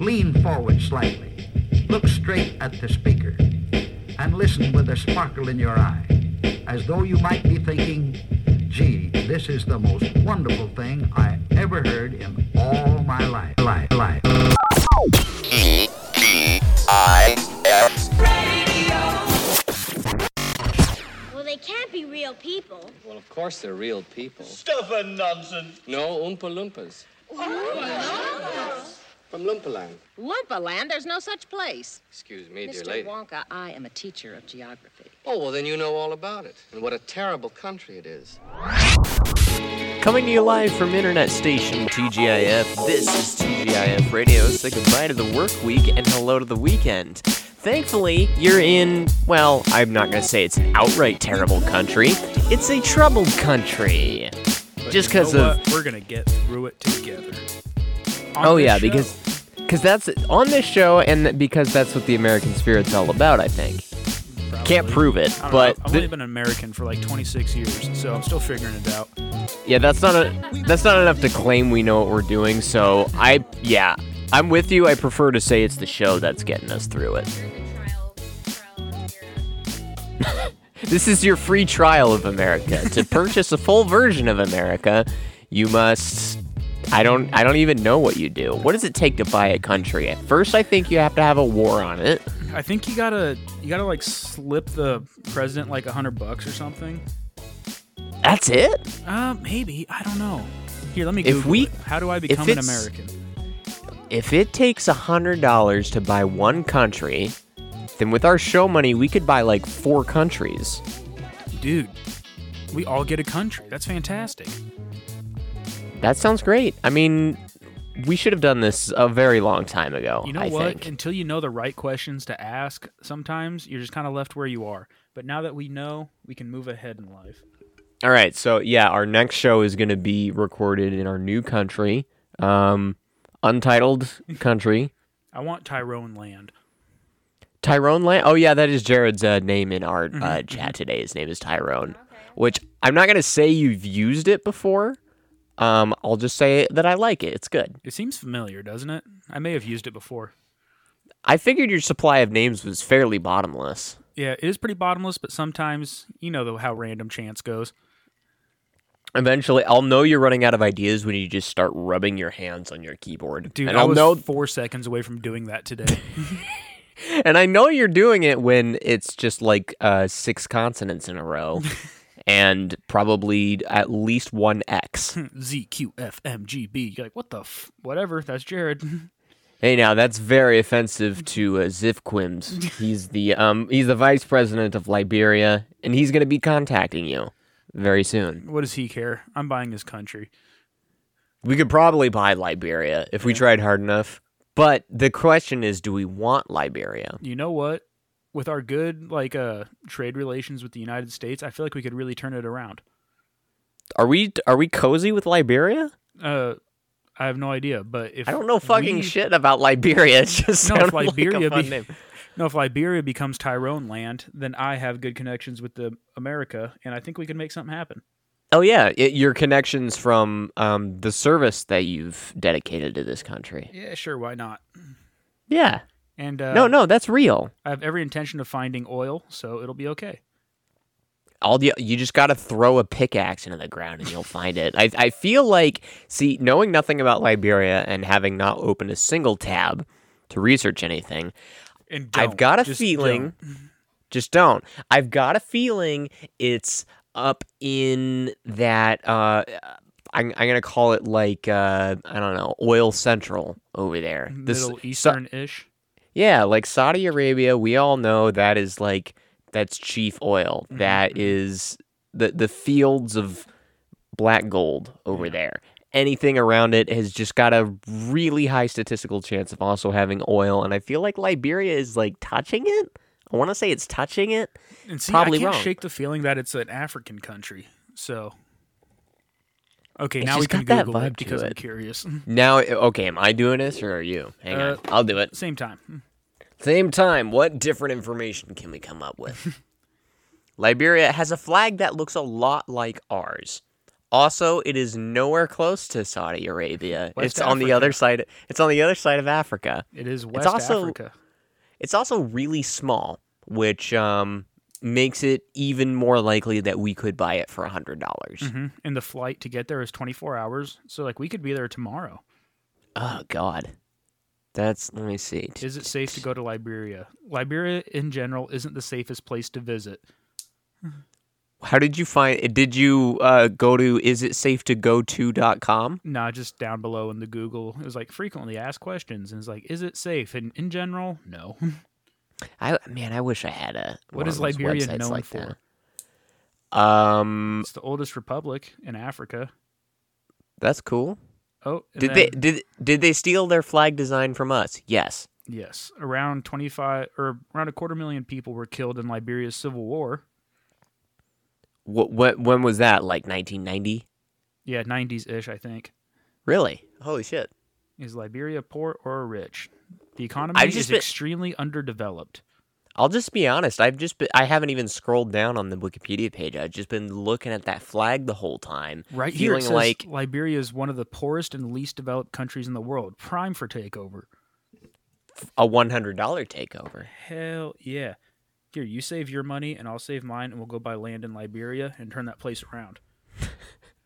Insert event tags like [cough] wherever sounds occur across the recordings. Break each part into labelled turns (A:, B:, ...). A: Lean forward slightly. Look straight at the speaker. And listen with a sparkle in your eye, as though you might be thinking, gee, this is the most wonderful thing I ever heard in all my life. Life, life.
B: E P I S.
C: Well, they can't be real people.
D: Well, of course they're real people.
E: Stuff and nonsense.
D: No Oompa Loompas. From Loompaland.
F: Lumpa land, there's no such place.
D: Excuse me, dear
F: Mr.
D: lady.
F: Wonka, I am a teacher of geography.
D: Oh, well, then you know all about it. And what a terrible country it is.
G: Coming to you live from internet station TGIF, this is TGIF Radio, so goodbye to the work week and hello to the weekend. Thankfully, you're in, well, I'm not gonna say it's an outright terrible country, it's a troubled country.
H: But
G: Just
H: you know
G: 'cause of-
H: what? we're gonna get through it together. On
G: oh
H: this
G: yeah,
H: show.
G: because because that's on this show and because that's what the American spirit's all about, I think. Can't prove it,
H: I don't know,
G: but
H: I've
G: thi-
H: only been an American for like 26 years, so I'm still figuring it out.
G: Yeah, that's not a, that's not enough to claim we know what we're doing. So I, yeah, I'm with you. I prefer to say it's the show that's getting us through it. This is your free trial of America.
H: [laughs]
G: to purchase a full version of America, you must. I don't. I don't even know what you do. What does it take to buy a country? At first, I think you have to have a war on it.
H: I think you gotta you gotta like slip the president like a hundred bucks or something.
G: That's it.
H: Uh, maybe I don't know. Here, let me.
G: If
H: Google
G: we-
H: it. how do I become an
G: it's-
H: American?
G: If it takes $100 to buy one country, then with our show money, we could buy like four countries.
H: Dude, we all get a country. That's fantastic.
G: That sounds great. I mean, we should have done this a very long time ago.
H: You know
G: I
H: what?
G: Think.
H: Until you know the right questions to ask, sometimes you're just kind of left where you are. But now that we know, we can move ahead in life.
G: All right. So yeah, our next show is going to be recorded in our new country, um, untitled country,
H: I want Tyrone Land.
G: Tyrone Land. Oh yeah, that is Jared's uh, name in our
H: Mm-hmm,
G: uh, chat today. His name is Tyrone, which I'm not going to say you've used it before. Um, I'll just say that I like it. It's good.
H: It seems familiar, doesn't it? I may have used it before.
G: I figured your supply of names was fairly bottomless.
H: Yeah, it is pretty bottomless, but sometimes you know the, how random chance goes.
G: Eventually, I'll know you're running out of ideas when you just start rubbing your hands on your keyboard.
H: Dude,
G: and
H: I
G: I'll
H: was
G: know,
H: four seconds away from doing that today. [laughs]
G: and I know you're doing it when it's just like uh, six consonants in a
H: [laughs]
G: row, and probably at least one
H: [laughs]
G: X.
H: Z Q F M G B. You're like, what the f? Whatever. That's Jared. [laughs]
G: hey, now that's very offensive to uh, Ziff
H: [laughs]
G: Quims. He's the um, he's the vice president of Liberia, and he's going to be contacting you very soon.
H: what does he care? I'm buying his country.
G: We could probably buy Liberia if we tried hard enough. But the question is, do we want Liberia?
H: You know what? With our good like uh trade relations with the United States, I feel like we could really turn it around.
G: Are we are we cozy with Liberia?
H: Uh, I have no idea, but if
G: I don't know fucking
H: we-
G: shit about Liberia. It's just
H: No, if
G: sounded like a
H: Liberia
G: fun
H: be-
G: name.
H: No, if Liberia becomes Tyrone land, then I have good connections with the America, and I think we can make something happen.
G: Oh yeah, it, your connections from um, the service that you've dedicated to this country.
H: Yeah, sure, why not?
G: Yeah.
H: And uh,
G: no, no, that's real.
H: I have every intention of finding oil, so it'll be okay.
G: All the, you just got to throw a pickaxe into the ground and you'll find it. I, I feel like, see, knowing nothing about Liberia and having not opened a single tab to research anything,
H: And
G: I've
H: don't.
G: got a
H: Just
G: feeling.
H: don't.
G: Just don't. I've got a feeling it's up in that. Uh, I'm, I'm gonna call it like uh, I don't know, oil central over there. Sa-
H: Middle Eastern ish.
G: yeah, like Saudi Arabia. We all know that is like that's chief oil. That is the the fields of black gold over there. Anything around it has just got a really high statistical chance of also having oil, and I feel like Liberia is like touching it. I want to say it's touching it.
H: And see,
G: Probably
H: I can't
G: wrong.
H: shake the feeling that it's an African country. So, okay,
G: It's
H: now we
G: just
H: can
G: got that
H: Google
G: vibe
H: it
G: to
H: because I'm
G: it.
H: curious. [laughs]
G: Now, okay, am I doing this or are you? Hang
H: Uh,
G: on, I'll do it.
H: Same time.
G: Same time, what different information can we come [laughs] up with? Liberia has a flag that looks a lot like ours. Also, it is nowhere close to Saudi Arabia.
H: West
G: it's on the other
H: Africa.
G: side. It's on the other side of Africa.
H: It is West
G: also-
H: Africa.
G: It's also really small, which um, makes it even more likely that we could buy it for hundred dollars.
H: hmm And the flight to get there is 24 hours. So, like, we could be there tomorrow.
G: Oh God, that's let me see.
H: Is it safe to go to Liberia? Liberia, in general, isn't the safest place to visit.
G: How did you find? Did you uh, go to isitsafetogoto.com?
H: Nah, just down below in the Google, it was like frequently asked questions. And it's like, is it safe? And in general, no. [laughs]
G: I man, I wish I had a.
H: What
G: one
H: is
G: of those
H: Liberia
G: websites
H: known
G: like
H: for?
G: That. Um,
H: It's the oldest republic in Africa.
G: that's cool.
H: Oh, and
G: Did they
H: then-
G: did did they steal their flag design from us? Yes.
H: Yes, around 25 or around a quarter million people were killed in Liberia's civil war.
G: What what when was that? Like 1990?
H: Yeah, 90s ish, I think.
G: Really? Holy shit.
H: Is Liberia poor or rich? The economy
G: I've just
H: is
G: been-
H: extremely underdeveloped.
G: I'll just be honest. I've just been, I haven't even scrolled down on the Wikipedia page. I've just been looking at that flag the whole time.
H: Right here,
G: feeling
H: it says
G: like
H: Liberia is one of the poorest and least developed countries in the world, prime for takeover.
G: a $100 takeover.
H: Hell yeah! Here, you save your money, and I'll save mine, and we'll go buy land in Liberia and turn that place
G: [laughs]
H: around.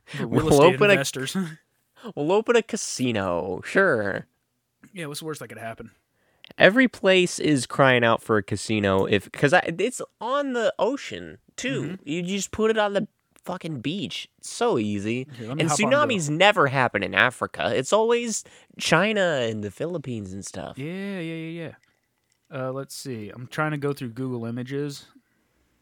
H: For real
G: We'll
H: estate
G: open a-
H: investors. [laughs]
G: We'll open a casino. Sure.
H: yeah, what's the worst that could happen?
G: Every place is crying out for a casino if cuz it's on the ocean too.
H: Mm-hmm.
G: You just put it on the fucking beach. It's so easy.
H: Here, let me
G: and
H: hop onto-
G: tsunamis never happen in Africa. It's always China and the Philippines and stuff.
H: Yeah, yeah, yeah, yeah. Uh, let's see. I'm trying to go through Google Images.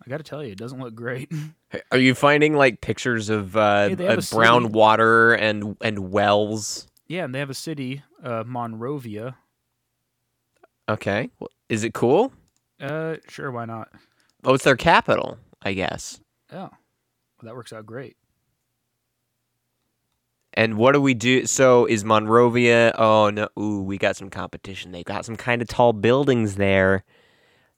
H: I got to tell you, it doesn't look great. [laughs]
G: Are you finding like pictures of uh,
H: Yeah, they have
G: of
H: a
G: brown
H: city.
G: water and and wells?
H: yeah, and they have a city, uh, Monrovia.
G: Okay. Wh- Is it cool?
H: Uh, sure, why not?
G: Oh, it's their capital, I guess.
H: Oh, well, that works out great.
G: And what do we do? So is Monrovia? Oh no! Ooh, we got some competition. They got some kind of tall buildings there.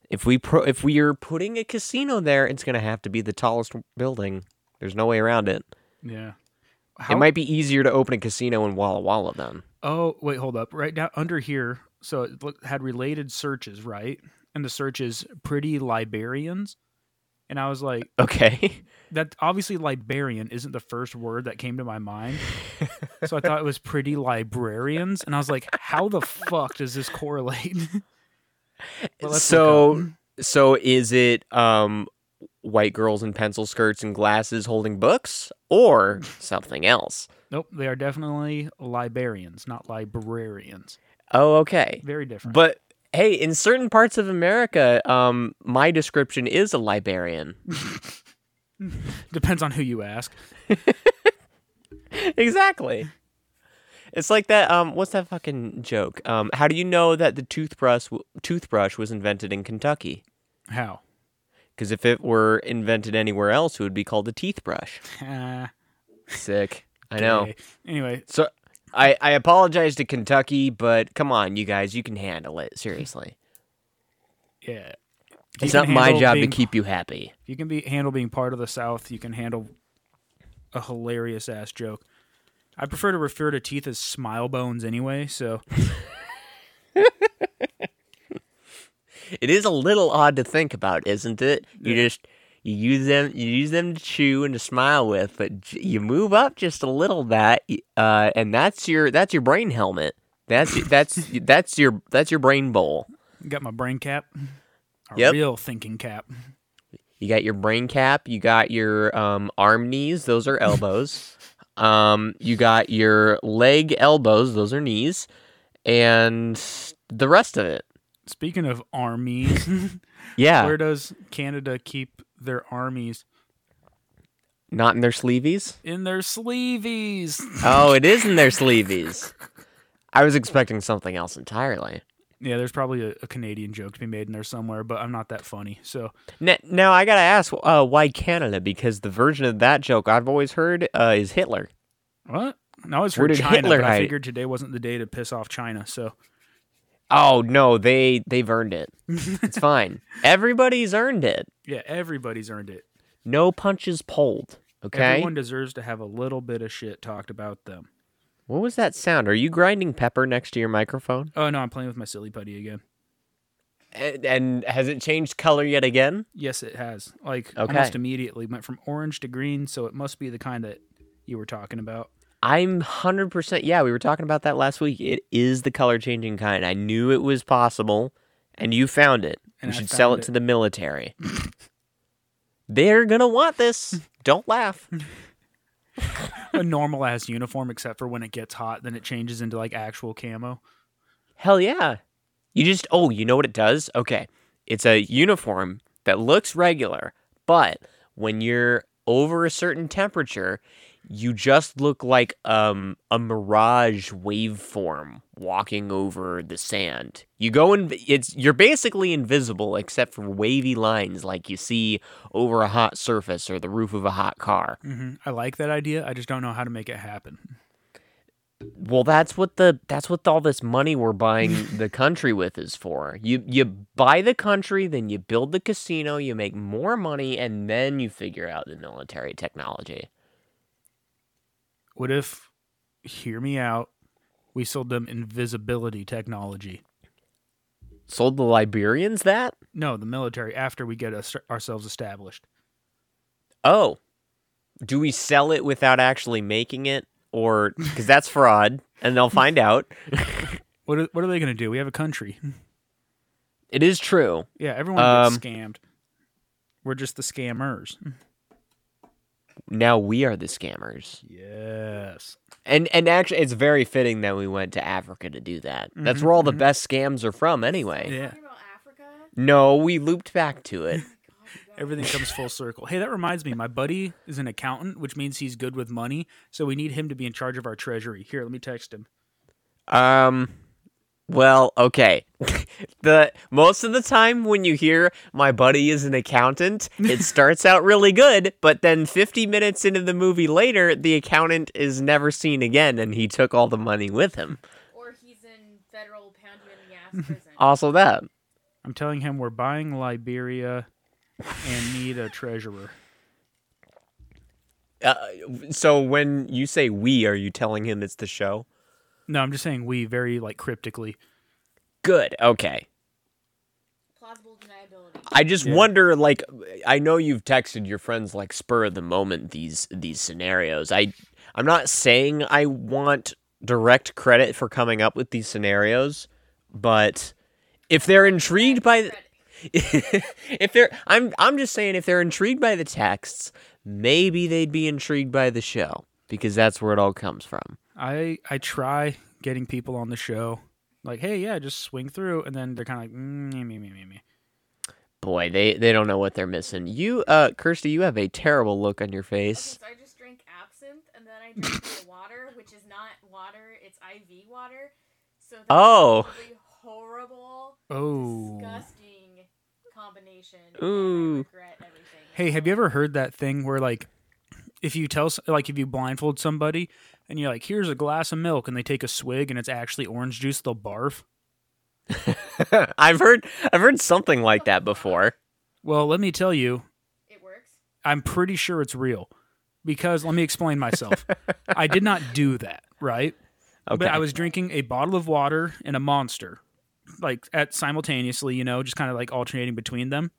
G: If we pro- if we are putting a casino there, it's gonna have to be the tallest building. There's no way around it.
H: Yeah.
G: It
H: How-
G: might be easier to open a casino in Walla Walla then.
H: Oh, wait, hold up. Right down under here, so it look- had related searches, right? And the search is pretty Liberians. And I was like,
G: Okay.
H: that obviously Liberian isn't the first word that came to
G: [laughs]
H: my mind. so I thought it was pretty librarians. And I was like, how the fuck does this correlate? [laughs] Well, let's look
G: so
H: up.
G: so is it um white girls in pencil skirts and glasses holding books or something else?
H: nope, they are definitely Liberians, not librarians.
G: Oh, okay.
H: Very different.
G: But hey, in certain parts of America, um, my description is a librarian.
H: Depends on who you ask.
G: [laughs] exactly. It's like that. Um, what's that fucking joke? Um, how do you know that the toothbrush w- toothbrush was invented in Kentucky?
H: How?
G: Because if it were invented anywhere else, it would be called a teeth brush.
H: Ah,
G: Sick. I know.
H: okay. Anyway,
G: So I, I apologize to Kentucky, but come on, you guys, you can handle it. Seriously.
H: yeah. You
G: It's
H: can
G: not my
H: handle
G: job
H: being-
G: to keep you happy.
H: You can be handle being part of the South. You can handle a hilarious ass joke. I prefer to refer to teeth as smile bones anyway. So
G: It is a little odd to think about, isn't it? You just you use them you use them to chew and to smile with, but j- you move up just a little that y- uh, and that's your that's your brain helmet. That's y- that's y- that's your that's your brain bowl.
H: got my brain cap, a
G: Yep.
H: real thinking cap.
G: You got your brain cap. You got your um, arm knees. Those are elbows. um, you got your leg elbows. Those are knees, and the rest of it.
H: Speaking of armies,
G: [laughs] Yeah,
H: where does Canada keep their armies
G: not in their sleeves.
H: in their sleeves?
G: Oh, it is in their sleeves. I was expecting something else entirely.
H: yeah, there's probably a, a Canadian joke to be made in there somewhere, but I'm not that funny. So
G: Now, now I gotta ask, uh, why Canada? Because the version of that joke I've always heard uh, is Hitler.
H: what? And I always
G: Where
H: heard
G: did
H: China,
G: Hitler
H: but I
G: hide it?
H: figured today wasn't the day to piss off China. So
G: Oh no, they they've earned it. [laughs] It's fine. Everybody's earned it.
H: yeah, everybody's earned it.
G: No punches pulled. Okay.
H: Everyone deserves to have a little bit of shit talked about them.
G: What was that sound? Are you grinding pepper next to your microphone?
H: Oh no, I'm playing with my silly putty again.
G: And, and has it changed color yet again?
H: Yes, it has. Like
G: Okay.
H: almost immediately went from orange to green, so it must be the kind that you were talking about.
G: I'm 100%. Yeah, we were talking about that last week. It is the color changing kind. I knew it was possible, and you found it.
H: And
G: we
H: I
G: should sell it,
H: found
G: to
H: it.
G: the
H: [laughs]
G: military. They're going to want this. Don't laugh.
H: a normal ass uniform, except for when it gets hot, then it changes into like actual camo.
G: Hell yeah. You just, oh, you know what it does? Okay. It's a uniform that looks regular, but when you're over a certain temperature, you just look like um, a mirage waveform walking over the sand. You go in, it's you're basically invisible except for wavy lines like you see over a hot surface or the roof of a hot car.
H: hmm I like that idea. I just don't know how to make it happen.
G: Well, that's what the that's what all this money we're buying the country with is for. You you buy the country, then you build the casino, you make more money, and then you figure out the military technology.
H: What if, hear me out, we sold them invisibility technology?
G: Sold the Liberians that?
H: No, the military after we get us, ourselves established.
G: Oh, do we sell it without actually making it, or because that's fraud, and they'll find out.
H: What are, what are they going to do? We have a country.
G: It is true.
H: Yeah, everyone gets
G: Um,
H: scammed. We're just the scammers.
G: Now we are the scammers.
H: Yes.
G: And and actually it's very fitting that we went to Africa to do that. That's where all the best scams are from anyway.
H: Yeah.
G: No, we looped back to it.
H: Everything comes full circle. Hey, that reminds me, my buddy is an accountant, which means he's good with money. So we need him to be in charge of our treasury. Here, let me text him.
G: Um well, okay. [laughs] the most of the time when you hear my buddy is an accountant, it starts out really good, but then 50 minutes into the movie later, the accountant is never seen again and he took all the money with him.
E: Or he's in federal pound you in the ass
G: Mm-hmm.
E: prison.
G: Also that.
H: I'm telling him we're buying Liberia and need a treasurer.
G: So when you say we, are you telling him it's the show?
H: No, I'm just saying we very like cryptically.
G: Good. Okay.
E: Plausible deniability.
G: I just
H: Yeah.
G: wonder, like, I know you've texted your friends like spur of the moment these these scenarios. I I'm not saying I want direct credit for coming up with these scenarios, but if they're intrigued by the, [laughs] if they're I'm I'm just saying if they're intrigued by the texts, maybe they'd be intrigued by the show because that's where it all comes from.
H: I I try getting people on the show, like, hey, yeah, just swing through, and then they're kind of like, mm, me, me, me, me.
G: Boy, they they don't know what they're missing. You uh Kirsty, you have a terrible look on your face.
I: [laughs]
E: So I just drink absinthe and then I drink the
G: [laughs]
E: water, which is not water, it's IV water. So that's
G: Oh.
E: a really horrible,
H: Oh.
E: disgusting combination.
G: Ooh.
E: And I regret everything.
H: Hey, have you ever heard that thing where like if you tell s- like if you blindfold somebody and you're like, "Here's a glass of milk," and they take a swig and it's actually orange juice, they'll barf.
G: I've heard I've heard something like that before.
H: Well, let me tell you,
E: It works.
H: I'm pretty sure it's real because let me explain myself. I did not do that, right?
G: Okay.
H: But I was drinking a bottle of water and a monster, like at simultaneously, you know, just kind of like alternating between them.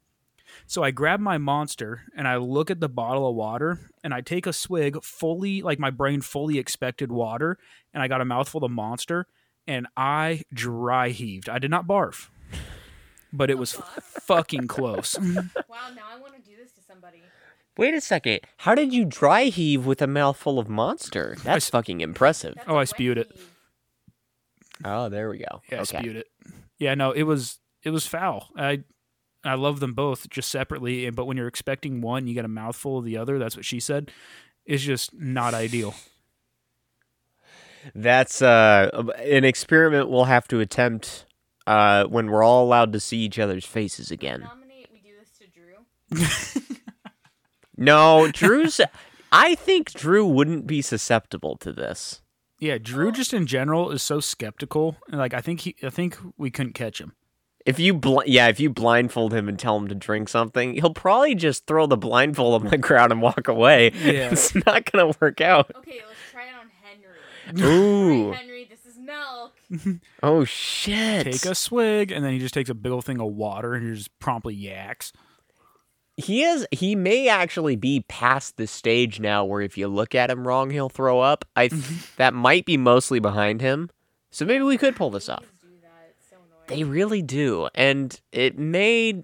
H: So I grab my monster and I look at the bottle of water and I take a swig fully, like my brain fully expected water, and I got a mouthful of monster and I dry heaved. I did not barf, but it was fucking close.
E: Wow, now I want to do this to somebody.
G: Wait a second. How did you dry heave with a mouthful of monster? That's fucking impressive.
E: That's
H: Oh,
E: a
H: I
E: wet
H: spewed it.
E: heave.
G: Oh, there we go.
H: Yeah, I
G: okay.
H: spewed it. Yeah, no, it was it was foul. I I love them both just separately, and- but when you're expecting one, you get a mouthful of the other. That's what she said. It's just not ideal.
G: That's uh, an experiment we'll have to attempt uh, when we're all allowed to see each other's faces again.
E: Nominate we do this to Drew.
G: No, Drew's. I think Drew wouldn't be susceptible to this.
H: Yeah, Drew just in general is so skeptical. and, Like I think he, I think we couldn't catch him.
G: If you bl- yeah, if you blindfold him and tell him to drink something, he'll probably just throw the blindfold on the ground and walk away.
H: Yeah.
G: [laughs] It's not gonna work out.
E: Okay, let's try it on Henry.
G: Ooh.
E: Hey, Henry, this is milk.
G: Oh shit.
H: Take a swig, and then he just takes a big old thing of water and he just promptly yaks.
G: He is he may actually be past the stage now where if you look at him wrong, he'll throw up. I th- that might be mostly behind him. So maybe we could pull this off. They really do. And it may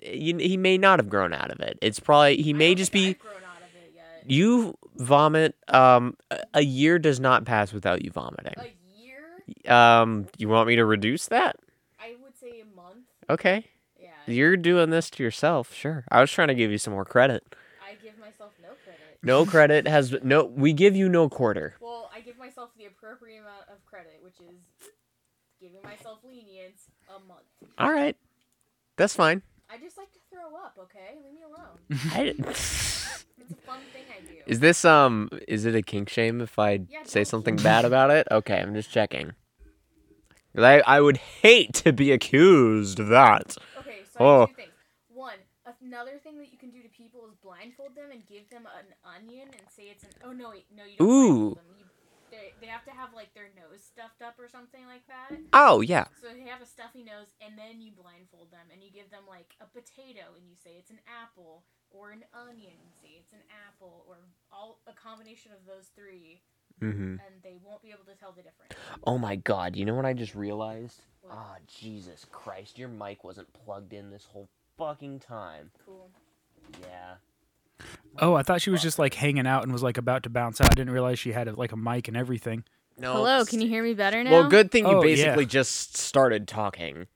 G: you, he may not have grown out of it. It's probably he may just be
E: Grown out of it yet.
G: you vomit um a- a year does not pass without you vomiting.
E: A year?
G: Um you want me to reduce that?
E: I would say a month.
G: Okay.
E: Yeah.
G: You're doing this to yourself, sure. I was trying to give you some more credit.
E: I give myself no credit.
G: No credit has no. We give you no quarter.
E: Well, I give myself the appropriate amount of credit, which is giving myself lenience a month.
G: All right, that's fine.
E: I just like to throw up, okay? Leave me alone.
G: I-
E: It's a fun thing I do.
G: [laughs] is this um? Is it a kink shame if I
E: Yeah,
G: say
E: don't
G: something bad about it? Okay, I'm just checking. 'Cause I I would hate to be accused of that.
E: Okay, so I
G: Oh.
E: have two things. One, another thing that you can do to people is blindfold them and give them an onion and say it's an. Oh no, wait, no, you don't
G: Ooh.
E: blindfold them. You, they, they have to have like their nose stuffed up or something like that.
G: Oh yeah.
E: So they have a stuffy nose, and then you blindfold them and you give them like a potato and you say it's an apple or an onion and say it's an apple or all a combination of those three,
G: Mm-hmm.
E: and they won't be able to tell the difference.
G: Oh my God! You know what I just realized? Ah, Jesus Christ! Your mic wasn't plugged in this whole fucking time.
E: Cool.
G: Yeah.
H: Oh, I thought she was just like hanging out and was like about to bounce out. I didn't realize she had like a mic and everything.
G: No.
E: can you hear me better now?
G: Well, good thing you
H: Oh, yeah.
G: basically just started talking.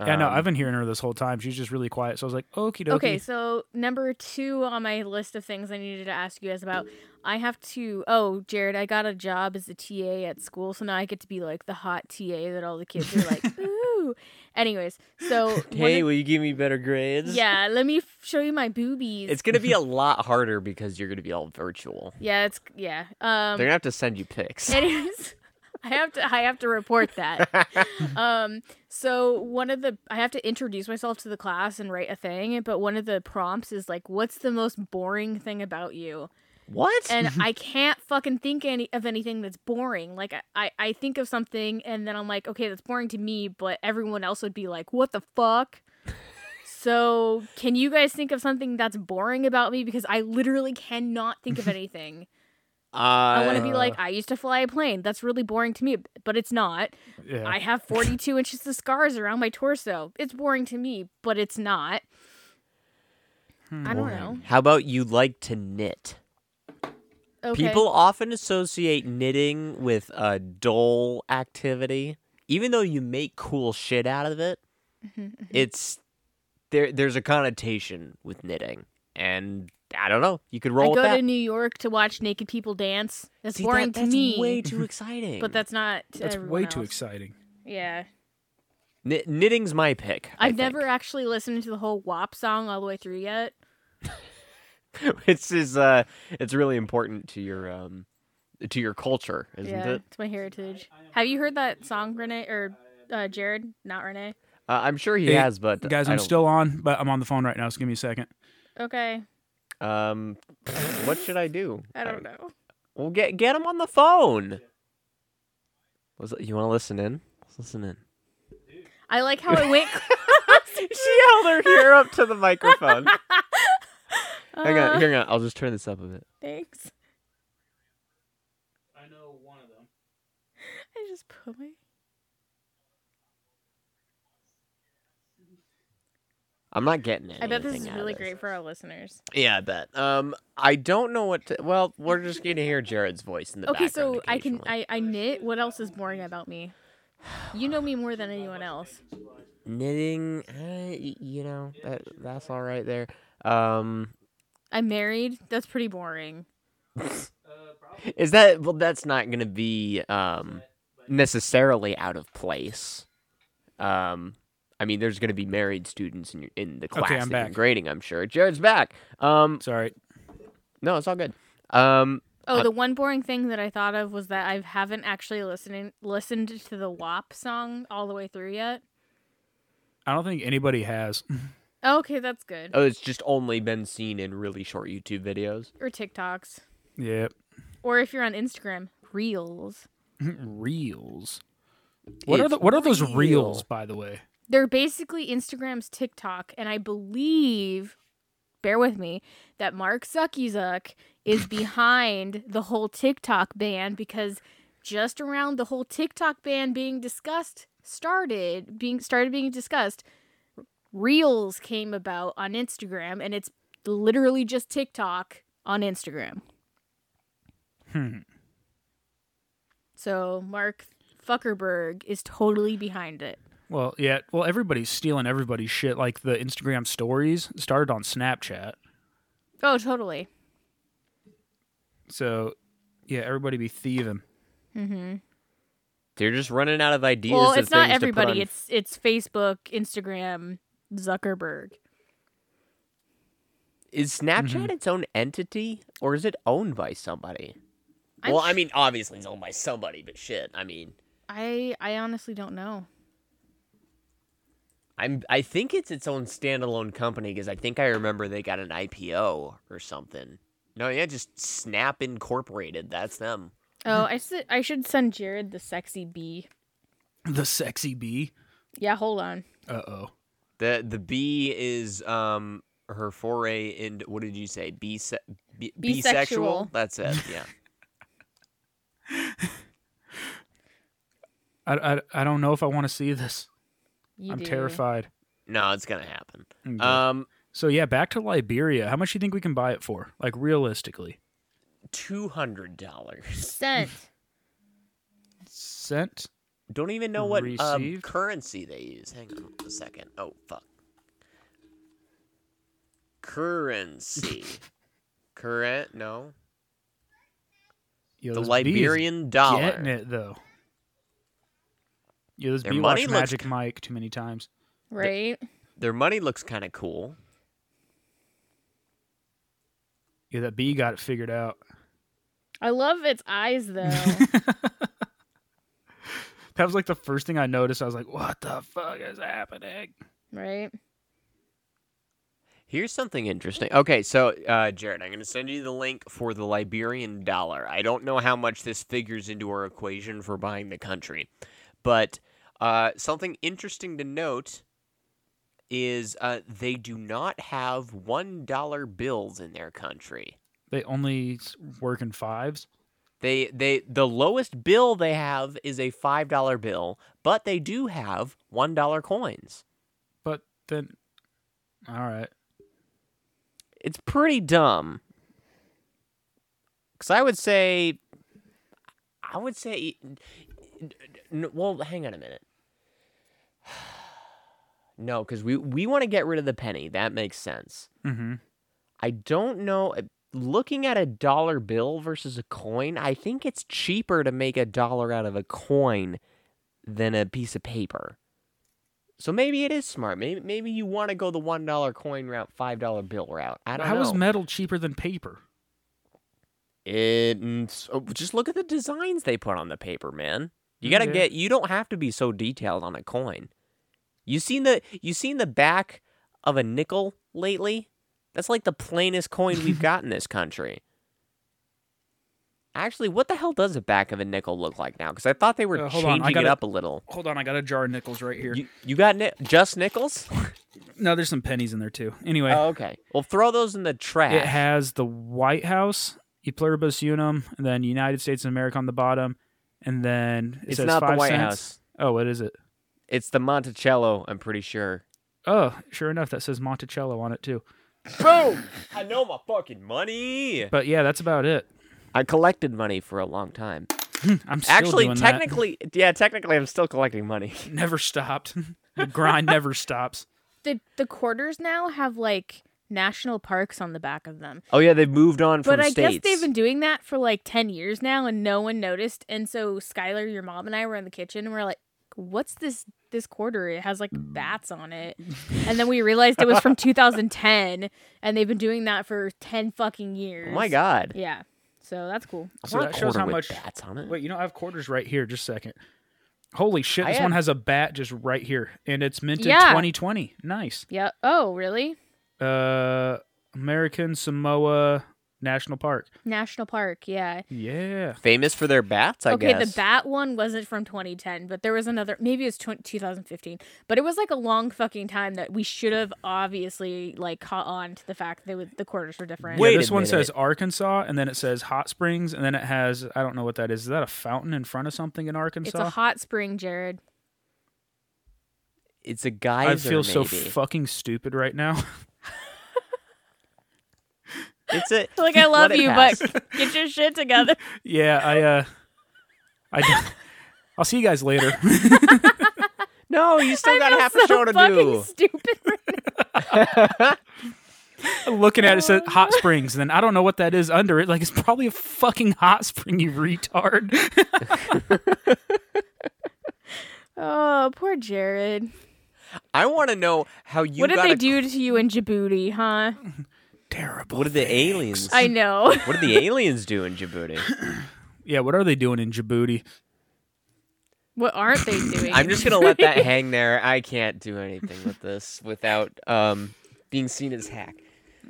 H: yeah, no,
G: Um,
H: I've been hearing her this whole time. She's just really quiet. So I was like, okie dokie.
I: Okay, so number two on my list of things I needed to ask you guys about, I have to. Oh, Jared, I got a job as a TA at school, so now I get to be like the hot TA that all the kids are
G: [laughs]
I: like, ooh. Anyways, so one
G: Hey,
I: of-
G: will you give me better grades?
I: yeah, let me f- show you my boobies.
G: It's gonna be a lot harder because you're gonna be all virtual.
I: yeah, it's yeah. Um,
G: They're gonna have to send you pics.
I: [laughs] Anyways, I have to I have to report that.
G: [laughs]
I: um so one of the I have to introduce myself to the class and write a thing, but one of the prompts is like what's the most boring thing about you?
G: What?
I: And
G: [laughs]
I: I can't fucking think any of anything that's boring. Like I, I, I think of something and then I'm like, okay, that's boring to me, but everyone else would be like, what the fuck? so can you guys think of something that's boring about me? Because I literally cannot
G: [laughs]
I: think of anything. I
G: Uh,
I: want to be like, I used to fly a plane. That's really boring to me, but it's not.
H: yeah.
I: I
G: [laughs]
I: have 42 inches of scars around my torso. It's boring to me, but it's not. I
H: Hmm.
I: don't know.
G: How about you like to knit?
I: Okay.
G: People often associate knitting with a dull activity, even though you make cool shit out of it.
I: Mm-hmm,
G: It's there. There's a connotation with knitting, and I don't know. You could
I: I
G: roll
I: go
G: with that.
I: to New York to watch naked people dance. That's
G: See, that-
I: boring to
G: that's
I: me,
G: Way too exciting.
I: [laughs] but that's not. To
H: That's
I: everyone
H: way too
I: else.
H: exciting.
I: Yeah,
G: Kni- knitting's my pick. I
I: I've never
G: think.
I: actually listened to the whole WAP song all the way through yet.
G: [laughs] it's is uh it's really important to your um to your culture, isn't
I: yeah,
G: it?
I: it's my heritage. have you heard that song, Renee or uh, Jared? Not Renee.
G: Uh, I'm sure he
H: Hey,
G: has, but
H: Guys,
G: I
H: I'm
G: don't-
H: still on, but I'm on the phone right now. So give me a second.
I: Okay,
G: um what should I do?
I: [laughs] I don't know.
G: Well, get get him on the phone. Was it- you want to listen in? Let's listen in. [laughs]
I: I like how it went. [laughs]
G: she held her ear up to the microphone. hang on, hang on. I'll just turn this up a bit.
I: Uh, Thanks.
H: I know one of them.
I: I just put my.
G: I'm not getting it.
I: I bet this is really great for our listeners.
G: Yeah, I bet. Um, I don't know what to. Well, we're just gonna hear Jared's voice in the
I: Okay,
G: background
I: so I can
G: occasionally.
I: I, I knit. What else is boring about me? You know me more than anyone else.
G: knitting uh, y- you know that that's all right there um
I: I'm married. That's pretty boring.
G: is that well that's not gonna be um necessarily out of place um i mean there's gonna be married students in your, in the class
H: I'm
G: that you're
H: back.
G: grading i'm sure jared's back um
H: Sorry.
G: no it's all good um
I: Oh, the one boring thing that I thought of was that I haven't actually listening listened to the WAP song all the way through yet.
H: I don't think anybody has. [laughs]
I: Okay, that's good.
G: Oh, it's just only been seen in really short YouTube videos.
I: Or TikToks.
H: yeah.
I: Or if you're on Instagram, Reels.
H: Reels. What are
G: It's
H: the, what are those reels
G: real.
H: by the way?
I: They're basically Instagram's TikTok, and I believe, bear with me, that Mark Zuckyzuck is behind the whole TikTok ban because just around the whole TikTok ban being discussed started being started being discussed, Reels came about on Instagram, and it's literally just TikTok on Instagram.
H: Hmm.
I: So Mark Fuckerberg is totally behind it.
H: Well, yeah. Well, everybody's stealing everybody's shit. Like the Instagram stories started on Snapchat.
I: Oh, totally.
H: So, yeah, everybody be thieving.
G: They're just running out of ideas.
I: well,
G: of
I: it's not
G: things to put on-
I: everybody. It's it's Facebook, Instagram, Zuckerberg.
G: is Snapchat its own entity or is it owned by somebody?
I: I'm
G: well, I
I: sh-
G: mean, obviously it's owned by somebody, but shit, I mean,
I: I I honestly don't know.
G: I'm I think it's its own standalone company because I think I remember they got an IPO or something. No, yeah, just Snap Incorporated. That's them.
I: Oh, I s- I should send Jared the sexy bee.
H: The sexy bee.
I: Yeah, hold on.
H: Uh oh.
G: The the B is um her foray into what did you say? B se- b-
I: Bisexual.
G: bisexual. That's it.
I: [laughs]
G: Yeah.
H: I, I, I don't know if I want to see this.
I: You
H: I'm
I: do.
H: terrified.
G: no, it's gonna happen.
H: Okay.
G: Um,
H: So yeah, back to Liberia. How much do you think we can buy it for? Like realistically,
G: two hundred dollars. [laughs]
I: Sent.
H: cent.
G: Don't even know what um,
H: Received?
G: currency they use. Hang on a second. Oh fuck.
H: [laughs]
G: Currency. Current? No.
H: Yo,
G: The
H: this bee is
G: Liberian dollar.
H: Getting it though. Yeah, this
G: Their
H: bee
G: money
H: watched
G: looks-
H: Magic Mike too many times.
I: Right?
G: Their money looks kind of cool.
H: Yeah, that bee got it figured out.
I: I love its
G: [laughs]
I: eyes though.
H: That was like the first thing I noticed. I was like, "What the fuck is happening?"
I: right?
G: Here's something interesting. Okay, so uh, Jared, I'm going to send you the link for the Liberian dollar. I don't know how much this figures into our equation for buying the country, but uh, something interesting to note is uh, they do not have one dollar bills in their country.
H: They only s- work in fives.
G: They they the lowest bill they have is a five dollar bill, but they do have one dollar coins.
H: But then, all right.
G: It's pretty dumb. Cause I would say, I would say, e, n- well, hang on a minute. [sighs] No, because we we want to get rid of the penny. That makes sense.
H: Mm-hmm.
G: I don't know. eh, Looking at a dollar bill versus a coin, I think it's cheaper to make a dollar out of a coin than a piece of paper. So maybe it is smart. Maybe maybe you want to go the one dollar coin route, five dollar bill route. I don't
H: How
G: know.
H: is metal cheaper than paper?
G: It mm, s- oh, just look at the designs they put on the paper, man. You gotta
H: Yeah.
G: get. You don't have to be so detailed on a coin. You seen the you seen the back of a nickel lately? That's like the plainest coin
H: [laughs]
G: we've got in this country. Actually, what the hell does the back of a nickel look like now? Because I thought they were
H: Uh, hold on, I
G: changing it
H: gotta-
G: up a little.
H: Hold on, I got a jar of nickels right here.
G: You, you got ni- just nickels?
H: No, there's some pennies in there too. Anyway,
G: oh, okay. Well, throw those in the trash.
H: It has the White House, E pluribus unum, and then United States of America on the bottom, and then it
G: It's
H: says
G: not the
H: five
G: White
H: cents.
G: House.
H: Oh, what is it?
G: it's the Monticello. I'm pretty sure.
H: Oh, sure enough, that says Monticello on it too.
G: Boom! I know my fucking money.
H: But yeah, that's about it. [laughs]
G: I collected money for a long time.
H: I'm still
G: Actually,
H: doing that.
G: technically, yeah, technically, I'm still collecting money.
H: [laughs]
G: [laughs]
H: never stopped. the grind never stops.
I: The the quarters now have like national parks on the back of them.
G: Oh yeah, they've moved on from
I: But I
G: states.
I: guess they've been doing that for like 10 years now and no one noticed. And so Skylar, your mom and I were in the kitchen and we are like, "What's this this quarter? It has like
G: Mm.
I: bats on it." And then we realized it was from 2010 and they've been doing that for 10 fucking years.
G: oh my god!
I: Yeah. So that's cool.
G: I
H: So
G: want a
H: that shows
G: quarter
H: how
G: with
H: much-
G: bats on it.
H: Wait, you know I have quarters right here. Just a second. Holy shit!
G: I
H: This
G: had-
H: one has a bat just right here, and it's minted
I: Yeah.
H: 2020. Nice.
I: Yeah. Oh, really?
H: Uh, American Samoa National Park.
I: National Park. Yeah.
H: Yeah.
G: Famous for their bats, I
I: okay,
G: guess.
I: the bat one wasn't from 2010, but there was another. Maybe it was 20, 2015, but it was like a long fucking time that we should have obviously like caught on to the fact that it- the quarters were different.
G: Wait
H: yeah,
G: a
H: this one says
G: minute.
H: Arkansas, and then it says Hot Springs, and then it has I don't know what that is. Is that a fountain in front of something in Arkansas?
I: it's a hot spring, Jared.
G: It's a
H: I
G: geyser.
H: feel so
G: maybe.
H: fucking stupid right now.
G: [laughs]
H: [laughs]
G: It's a
I: [laughs] [laughs] Like I
G: let
I: love
G: it
I: you,
G: pass.
I: but get your shit together.
H: yeah, I uh, I. d- [laughs] I'll see you guys later. [laughs]
G: no,
I: [laughs]
G: you still got
I: I
G: half
I: feel
G: a show
I: [laughs] so
G: to
I: fucking
G: do.
I: stupid. [laughs] right
H: Looking at it, it says hot springs, and then I don't know what that is under it. Like it's probably a fucking hot spring, you retard. [laughs]
I: Oh, poor Jared.
G: I want to know how you.
I: what did
G: got
I: they
G: a-
I: do to you in Djibouti, huh?
H: Terrible.
G: What did the aliens?
I: I know.
G: What did the aliens do in Djibouti?
H: Yeah, what are they doing in Djibouti?
I: [laughs] what aren't
G: [laughs]
I: they doing?
G: I'm just gonna let that hang there. I can't do anything with this without um being seen as hack.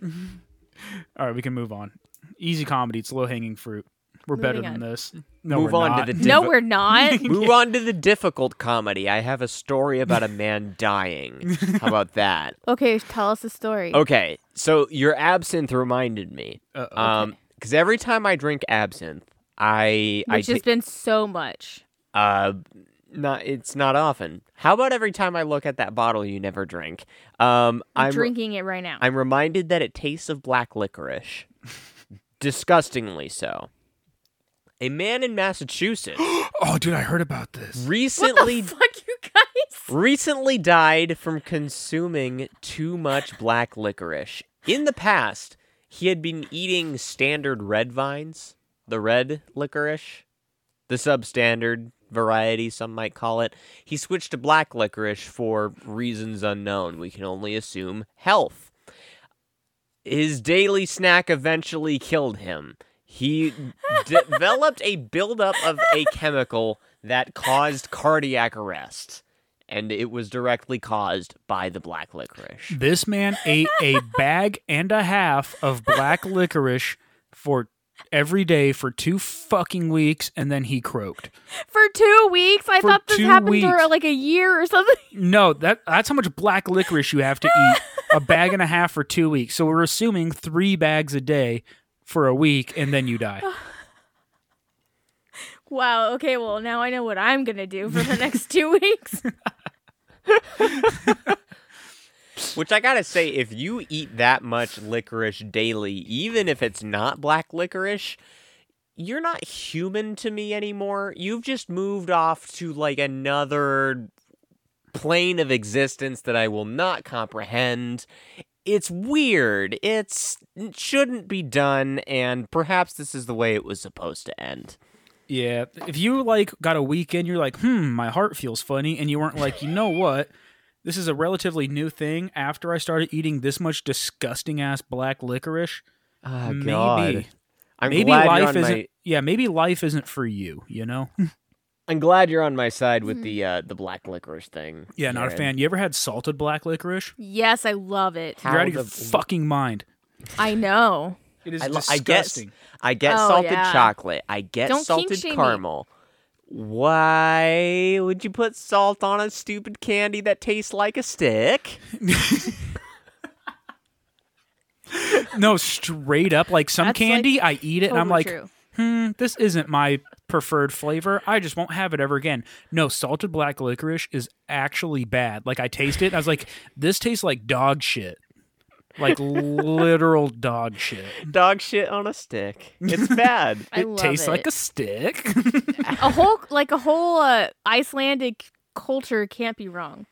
H: All right, we can move on. Easy comedy. It's low hanging fruit. We're better
I: Moving
H: than this. No,
G: Move
H: we're
G: on to
H: not.
G: the d-
I: [laughs] No,
G: [laughs]
I: we're not.
G: Move on to the difficult comedy. I have a story about a
H: [laughs]
G: man dying. How about that?
I: okay, tell us the story.
G: Okay, so your absinthe reminded me.
H: Uh-oh.
G: Um, because every time I drink absinthe, I I
I: Which has
G: ta-
I: been so much.
G: uh, not it's not often. How about every time I look at that bottle you never drink? Um,
I: I'm,
G: I'm
I: drinking it right now. [laughs]
G: I'm reminded that it tastes of black
H: [laughs]
G: licorice. Disgustingly so. A man in Massachusetts
H: [gasps] oh, dude, I heard about this.
G: recently
I: Fuck you guys. [laughs]
G: recently died from consuming too much black licorice. In the past, he had been eating standard red vines, the red licorice, the substandard variety, some might call it. He switched to black licorice for reasons unknown. We can only assume health. His daily snack eventually killed him. He developed a buildup of a chemical that caused cardiac arrest and it was directly caused by the black licorice.
H: This man ate a bag and a half of black licorice for every day for two fucking weeks, and then he croaked.
I: For two weeks? I
H: For
I: thought this
H: two
I: happened
H: weeks.
I: for like a year or something. [laughs]
H: No, that that's how much black licorice you have to eat. a bag and a half for two weeks. So we're assuming three bags a day for a week, and then you die.
I: Wow. Okay, well, now I know what I'm going to do for the next two [laughs] weeks.
G: [laughs] Which I gotta say, if you eat that much licorice daily, even if it's not black licorice, you're not human to me anymore. You've just moved off to like another plane of existence that I will not comprehend. It's weird. It's it shouldn't be done, and perhaps this is the way it was supposed to end.
H: Yeah. If you like got a weekend, you're like, hmm, my heart feels funny, and you weren't like, you know what? This is a relatively new thing. After I started eating this much disgusting ass black licorice,
G: Oh,
H: maybe
G: I'm
H: maybe
G: glad you're
H: life
G: on
H: isn't
G: my-
H: yeah, maybe life isn't for you, you know? [laughs]
G: I'm glad you're on my side with the uh, the black licorice thing.
H: Yeah, not a
G: Jared.
H: fan. You ever had salted black licorice?
I: yes, I love it.
G: How
H: you're out of your
G: the-
H: fucking mind.
I: I know.
H: It is
G: I, lo- I get
H: disgusting.
G: I get
I: Oh,
G: salted
I: yeah.
G: chocolate. I get
I: Don't kink
G: salted
I: shame me.
G: caramel. Why would you put salt on a stupid candy that tastes like a
H: [laughs]
G: stick?
H: [laughs] no, straight up, like some
I: That's, like,
H: candy, I eat it and I'm
I: Totally
H: like,
I: true.
H: hmm, this isn't my preferred flavor. I just won't have it ever again. No, salted black licorice is actually bad. Like I taste it, and I was like, this tastes like dog shit.
G: [laughs]
H: Like literal dog shit.
G: Dog shit on a stick.
H: [laughs]
G: It's bad.
I: I
H: it
I: love
H: tastes
I: it.
H: like a stick. [laughs]
I: a whole like a whole uh, Icelandic culture can't be wrong.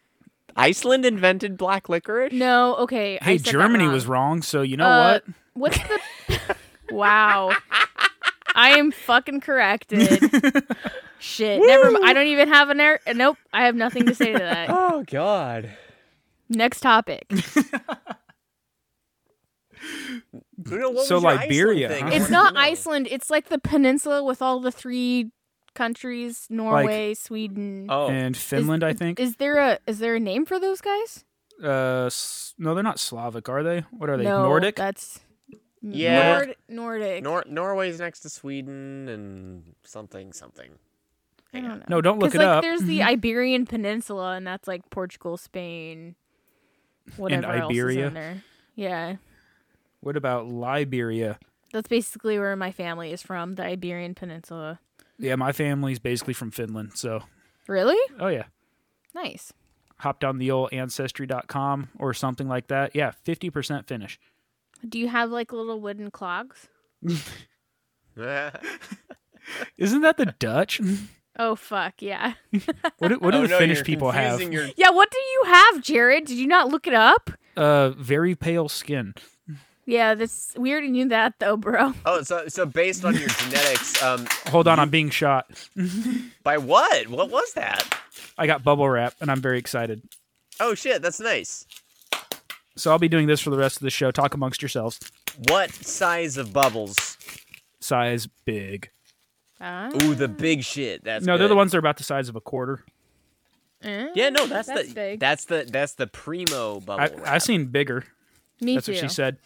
G: Iceland invented black licorice.
I: No, okay. I
H: hey,
I: said that
H: Germany
I: wrong.
H: was wrong, so you know
I: Uh,
H: what?
I: What's the?
H: [laughs]
I: wow, I am fucking
H: [laughs]
I: corrected. Shit, never. mi- I don't even have an air. Nope, I have nothing to say
H: [laughs]
I: to that.
G: Oh God.
I: Next topic.
G: You know, what
H: So
G: was your
H: Liberia,
G: Iceland thing?
H: huh?
G: I
I: It's
G: wanna
I: not
G: know.
I: Iceland. It's like the peninsula with all the three countries, Norway, Sweden.
G: Oh,
H: and
I: Is-
H: Finland, I think.
I: Is there a is there a name for those guys?
H: uh, s- no, they're not Slavic, are they? What are they?
I: no,
H: Nordic.
I: That's
G: Yeah.
I: Nord, Nordic.
G: Nor- Norway's next to Sweden and something something. [laughs]
I: I don't know.
H: No, don't look
I: 'Cause,
H: it
I: like,
H: up. Mm-hmm.
I: There's the Iberian Peninsula, and that's like Portugal, Spain, whatever else is
H: Iberia.
I: in there. Yeah,
H: What about Liberia?
I: that's basically where my family is from, the Iberian Peninsula.
H: Yeah, my family's basically from Finland, so
I: Really?
H: oh yeah.
I: Nice.
H: Hopped on the old ancestry.com or something like that. Yeah, 50% Finnish.
I: Do you have like little wooden clogs?
H: Isn't that the Dutch? [laughs]
I: Oh fuck yeah.
H: What do,
G: Oh,
H: what do the Finnish people have?
I: Yeah, what do you have, Jared? Did you not look it up?
H: Uh, very pale skin.
I: Yeah, that's we already knew that though, bro.
G: Oh, so so based on your
H: [laughs]
G: genetics, um,
H: Hold on, I'm being shot.
G: by what? What was that?
H: I got bubble wrap and I'm very excited.
G: Oh shit, that's nice.
H: So I'll be doing this for the rest of the show. Talk amongst yourselves.
G: What size of bubbles?
H: Size big.
I: Ah.
G: Ooh, the big shit. That's
H: no, they're the
G: good.
H: ones that are about the size of a quarter.
I: Eh.
G: Yeah, no, that's,
I: That's
G: the
I: big.
G: that's the that's the primo bubble.
H: I,
G: wrap.
H: I've seen bigger.
I: Me
H: That's
I: too.
H: what she said.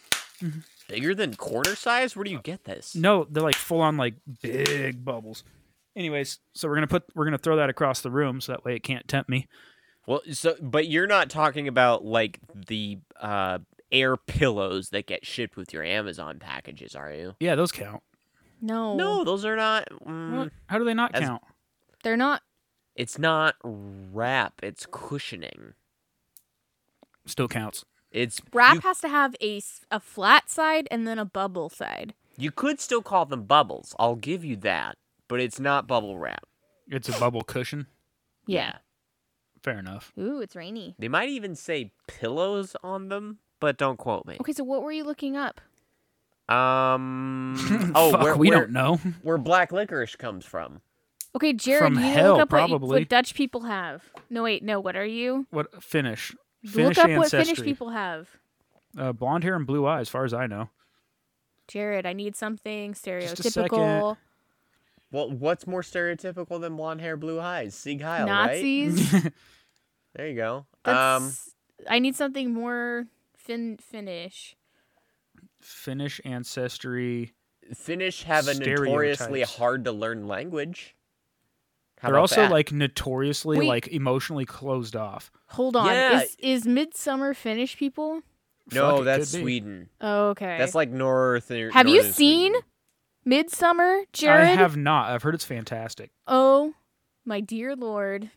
G: bigger than quarter size. Where do you get this?
H: No, they're like full on like big bubbles. Anyways, so we're gonna put we're gonna throw that across the room so that way it can't tempt me.
G: Well, so but you're not talking about like the uh, air pillows that get shipped with your Amazon packages, are you?
H: Yeah, those count.
I: No,
G: No, those are not.
H: What?
G: Mm,
H: How do they not
G: As-
H: count?
I: they're not.
G: it's not wrap. It's cushioning.
H: Still counts.
G: It's
I: Wrap
G: You,
I: has to have a s- a flat side and then a bubble side.
G: you could still call them bubbles. I'll give you that, but it's not bubble wrap.
H: It's a bubble cushion.
I: Yeah.
H: Fair enough.
I: Ooh, it's rainy.
G: They might even say pillows on them, but don't quote me.
I: Okay, so what were you looking up?
H: [laughs]
G: Um. oh,
H: Fuck,
G: where,
H: we
G: where,
H: don't know.
G: where black licorice comes from.
I: Okay, Jared,
H: From
I: you need to
H: hell,
I: look up what- What,
H: probably.
I: Dutch people have. No, wait, no. What are you?
H: What Finnish?
I: look
H: Finnish
I: up
H: ancestry.
I: what Finnish people have.
H: Uh, blonde hair and blue eyes, as far as I know.
I: Jared, I need something
H: a
I: stereotypical.
G: Well, what's more stereotypical than blonde hair, blue eyes? Sieg Heil, right?
I: Nazis.
G: There you go. Um,
I: That's, I need something more fin Finnish.
H: [laughs] Finnish ancestry.
G: Finnish have a notoriously
H: Stereotypes.
G: hard to learn language. How
H: they're
G: about
H: also
G: that?
H: like notoriously
I: Wait.
H: like emotionally closed off.
I: Hold on,
G: Yeah.
I: is is midsummer Finnish people?
H: Fuck, it
G: no,
H: could
G: that's
H: be.
G: Sweden.
I: Oh, okay.
G: That's like north. uh,
I: Have you
G: northern
I: seen
G: Sweden.
I: Midsummer, Jared?
H: I have not. I've heard it's fantastic.
I: Oh, my dear lord,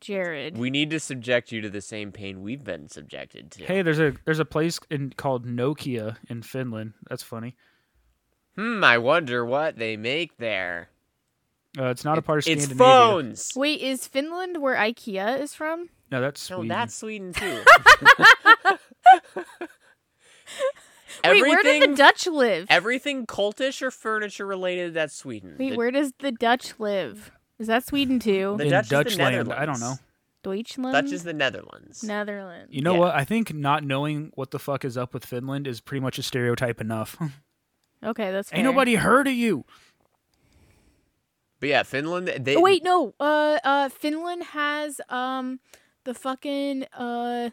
I: Jared.
G: We need to subject you to the same pain we've been subjected to.
H: Hey, there's a there's a place in called Nokia in Finland. That's funny.
G: Hmm. I wonder what they make there.
H: Uh, it's not a part of
G: It's
H: Scandinavia.
G: phones.
I: Wait, is Finland where IKEA is from?
H: No, Oh, that's
G: No,
H: Sweden.
G: that's Sweden [laughs] too.
I: Wait, where did the Dutch live?
G: everything cultish or furniture related? That's Sweden.
I: Wait,
G: The-
I: where does the Dutch live? Is that Sweden too?
G: the
H: In
G: Dutch is the
H: Dutchland, I don't know.
G: Netherlands.
I: Deutschland?
G: Dutch is the Netherlands.
I: Netherlands.
H: You know
G: Yeah.
H: what? I think not knowing what the fuck is up with Finland is pretty much a stereotype enough. [laughs]
I: Okay, that's fair.
H: Ain't nobody heard of you.
G: But yeah, Finland. They,
I: Oh, wait, no. Uh, uh, Finland has um the fucking uh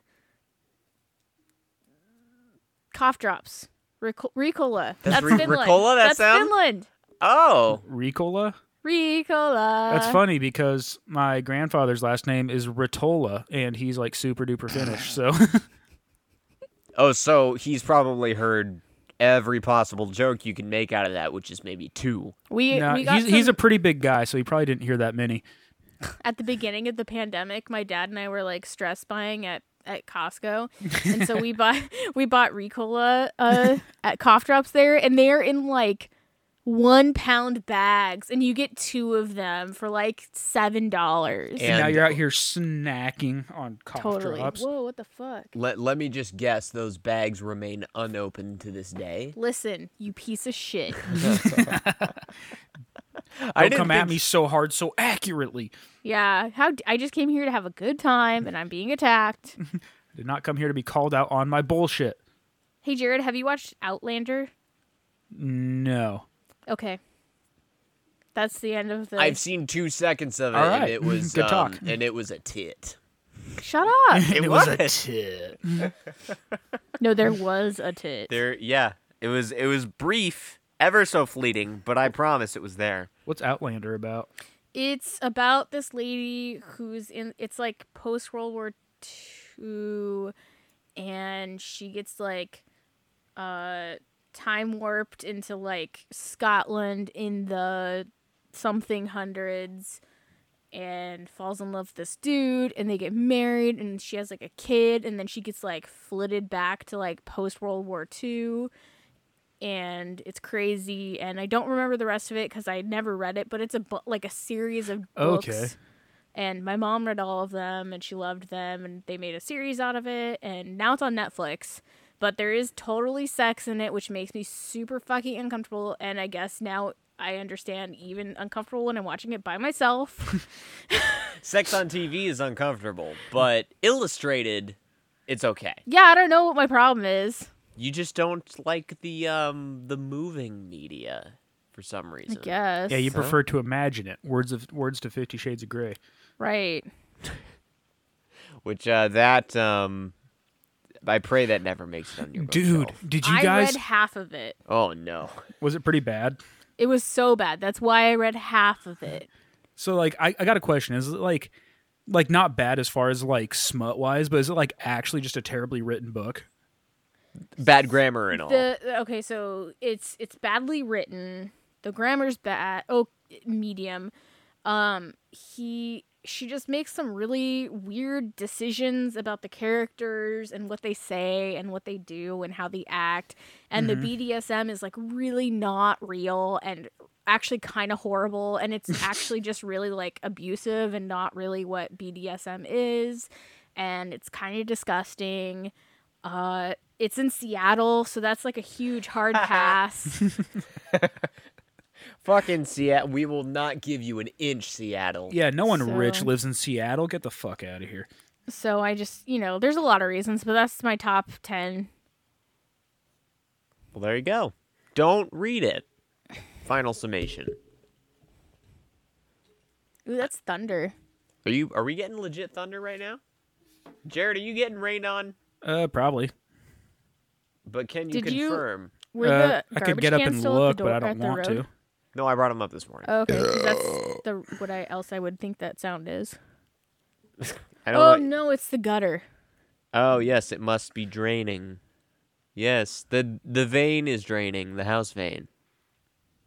I: cough drops. Rico- Ricola.
G: That's
I: That's,
G: Ri-
I: Finland.
G: Ricola, that
I: That's
G: sound?
I: Finland.
G: Oh,
H: Ricola?
I: Ricola.
H: That's funny because my grandfather's last name is Ritola and he's like super duper Finnish. So
G: oh. So he's probably heard every possible joke you can make out of that, which is maybe two.
I: [laughs] We,
H: [laughs] Nah,
I: we got
H: he's, he's a
I: some-
H: pretty big guy, so he probably didn't hear that many.
I: at the beginning of the pandemic, my dad and I were like stress buying at
H: [laughs]
I: at Costco, and so we bought we bought Ricola uh, at cough drops there, and they're in like one pound bags, and you get two of them for like seven
G: And-
I: dollars.
H: And now you're out here snacking on cough
I: Totally.
H: drops.
I: Whoa, what the fuck?
G: Let Let me just guess. Those bags remain unopened to this day.
I: Listen, you piece of shit. [laughs]
G: I
H: Don't
G: didn't
H: come at
G: think-
H: me so hard, so accurately.
I: yeah, how d- I just came here to have a good time, and I'm
H: [laughs]
I: being attacked.
H: Did not come here to be called out on my bullshit.
I: hey, Jared, have you watched Outlander?
H: No.
I: Okay. That's the end of the.
G: I've seen two seconds of it,
H: All
G: and
H: right.
G: it was
H: Good
G: um,
H: talk.
G: and it was a tit.
I: Shut
H: [laughs]
I: up.
G: [laughs] It
H: tit.
I: no, there was a tit.
G: There, yeah, it was. It was brief, ever so fleeting, but I promise it was there.
H: What's Outlander about?
I: It's about this lady who's in. It's like post World War II, and she gets like, uh, time warped into like Scotland in the something hundreds, and falls in love with this dude, and they get married, and she has like a kid, and then she gets like flitted back to like post World War II, and it's crazy and i don't remember the rest of it because i never read it but it's a bu- like a series of books
H: Okay.
I: and my mom read all of them and she loved them and they made a series out of it and now it's on netflix but there is totally sex in it which makes me super fucking uncomfortable and i guess now i understand even uncomfortable when i'm watching it
H: [laughs]
I: by myself
G: Sex on TV is uncomfortable, but illustrated, it's okay.
I: yeah i don't know what my problem is
G: You just don't like the um the moving media for some
I: i
G: reason.
I: guess
H: Yeah, you
G: Huh?
H: prefer to imagine it. Words of words to Fifty Shades of Grey.
I: right
G: Which uh, that um, I pray that never makes it on your
H: Dude,
G: bookshelf.
H: did you
I: i
H: guys?
I: read half of it
G: Oh no.
H: Was it pretty bad?
I: it was so bad that's why i read half of it
H: So like, I, I got a question. Is it like, like not bad as far as like smut wise, but is it like actually just a terribly written book?
G: Bad grammar and all.
I: The okay, so it's it's badly written. The grammar's bad. Oh, medium. Um, he she just makes some really weird decisions about the characters and what they say and what they do and how they act. And
G: Mm-hmm.
I: the BDSM is like really not real and actually kind of horrible and
G: [laughs]
I: it's actually just really like abusive and not really what BDSM is and it's kind of disgusting. Uh, it's in Seattle, so that's like a huge hard
H: [laughs]
I: pass.
G: Fucking Seattle. We will not give you an inch, Seattle.
H: Yeah, no one rich
I: So-
H: lives in Seattle. Get the fuck out of here.
I: so I just, you know, there's a lot of reasons, but that's my top 10.
G: Well, there you go. Don't read it. Final summation.
I: Ooh, that's thunder.
G: Are you? Are we getting legit thunder right now? Jared, are you getting rained on?
H: Uh, probably.
G: But can you
I: Did you-
G: confirm?
I: Were
H: Uh,
I: the
H: I
I: garbage
H: could get up
I: cans
H: and
I: still at
H: look,
I: the
H: but
I: door,
H: I don't
I: at the
H: want
I: road? Oh,
H: to.
G: No, I brought him up this morning.
I: Okay, 'cause that's the what I else I would think that sound is.
G: I don't
I: Oh
G: know.
I: no, it's the gutter.
G: Oh yes, it must be draining. Yes, the the vein is draining. The house vein.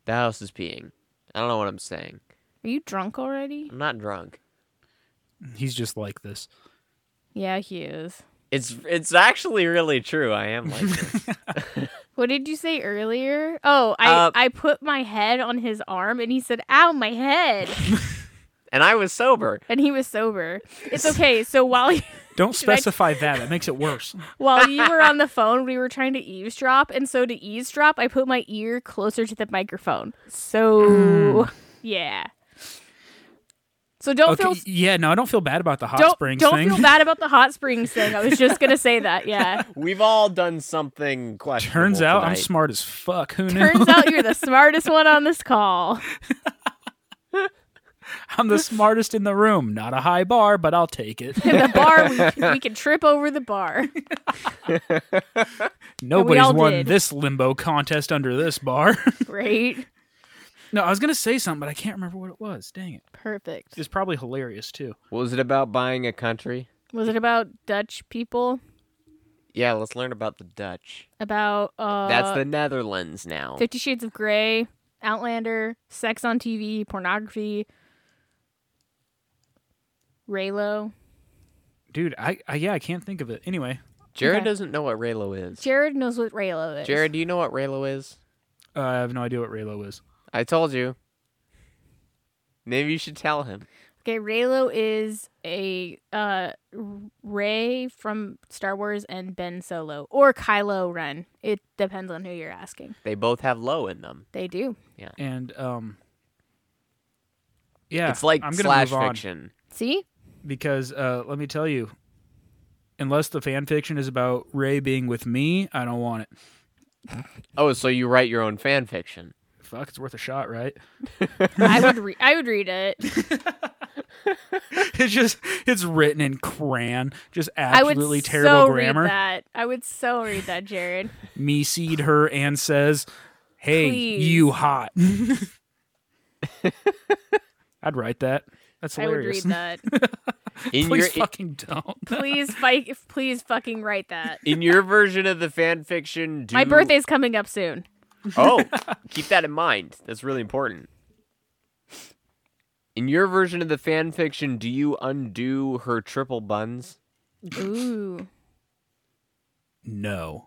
G: The house is peeing. I don't know what I'm saying.
I: Are you drunk already?
G: I'm not drunk.
H: He's just like [laughs] this.
I: Yeah, he is.
G: It's it's actually really true. I am like
I: [laughs]
G: this.
I: What did you say earlier? Oh, I
G: Uh,
I: I put my head on his arm and he said, "Ow, my head."
G: and I was sober.
I: and he was sober. It's okay. So while [laughs] you
H: Don't
I: I-
H: specify that. That makes it [laughs] worse.
I: While you
H: [laughs]
I: were on the phone, we were trying to eavesdrop, and so to eavesdrop, I put my ear closer to the microphone. So, yeah. So don't
H: Hmm. Okay.
I: feel
H: y- Yeah, no, I don't feel bad about the hot
I: don't
H: springs
I: don't
H: thing.
I: feel bad about the hot springs thing. I was just gonna say that. Yeah.
G: We've all done something questionable.
H: [laughs] Turns out I'm
G: tonight.
H: smart as fuck. Who knew?
I: Turns out you're the smartest one on this call.
H: I'm the smartest in the room. Not a high bar, but I'll take
I: [laughs]
H: it.
I: The bar
H: [laughs]
I: we we can trip over the bar.
H: Nobody's
I: all
H: won
I: did.
H: this limbo contest under this bar. [laughs]
I: Great.
H: no, I was gonna say something, but I can't remember what it was. Dang it!
I: Perfect.
H: It's probably hilarious too.
G: What was it about buying a country?
I: Was it about Dutch people?
G: Yeah, let's learn about the Dutch.
I: About uh
G: That's the Netherlands now.
I: Fifty Shades of Grey, Outlander, sex on TV, pornography, Raylo.
H: Dude, I, I yeah, I can't think of it. Anyway,
G: Jared
I: okay.
G: doesn't know what Raylo is.
I: Jared knows what Raylo is.
G: Jared, do you know what Raylo is?
H: uh, I have no idea what Raylo is.
G: I told you. Maybe you should tell him.
I: Okay, Raylo is a uh Ray from Star Wars and Ben Solo or Kylo Ren. It depends on who you're asking.
G: They both have low in them.
I: They do.
H: And um, yeah,
G: it's like
H: I'm gonna
G: slash
H: move on
G: fiction.
I: See?
H: because uh, let me tell you, unless the fan fiction is about Ray being with me, I don't want it. [laughs]
G: Oh, so you write your own fan fiction.
H: fuck, it's worth a shot, right?
I: I would re- I would read it.
H: [laughs] It's just it's written in crayon, just
I: I would
H: absolutely
I: so
H: terrible
I: read
H: grammar.
I: that. I would so read that, Jared.
H: Me seed her and says, "Hey, you
I: Please. [laughs]
H: hot." [laughs] I'd write that. That's
I: I would
H: [laughs]
I: read
H: hilarious.
I: that.
G: In
H: Please
G: your
H: fucking don't. [laughs]
I: Please, fi- please fucking write that.
G: in your version of the fan fiction, do...
I: [laughs] My birthday's coming up soon. [laughs]
G: Oh, keep that in mind. That's really important. In your version of the fan fiction, do you undo her triple buns?
I: Ooh.
H: No.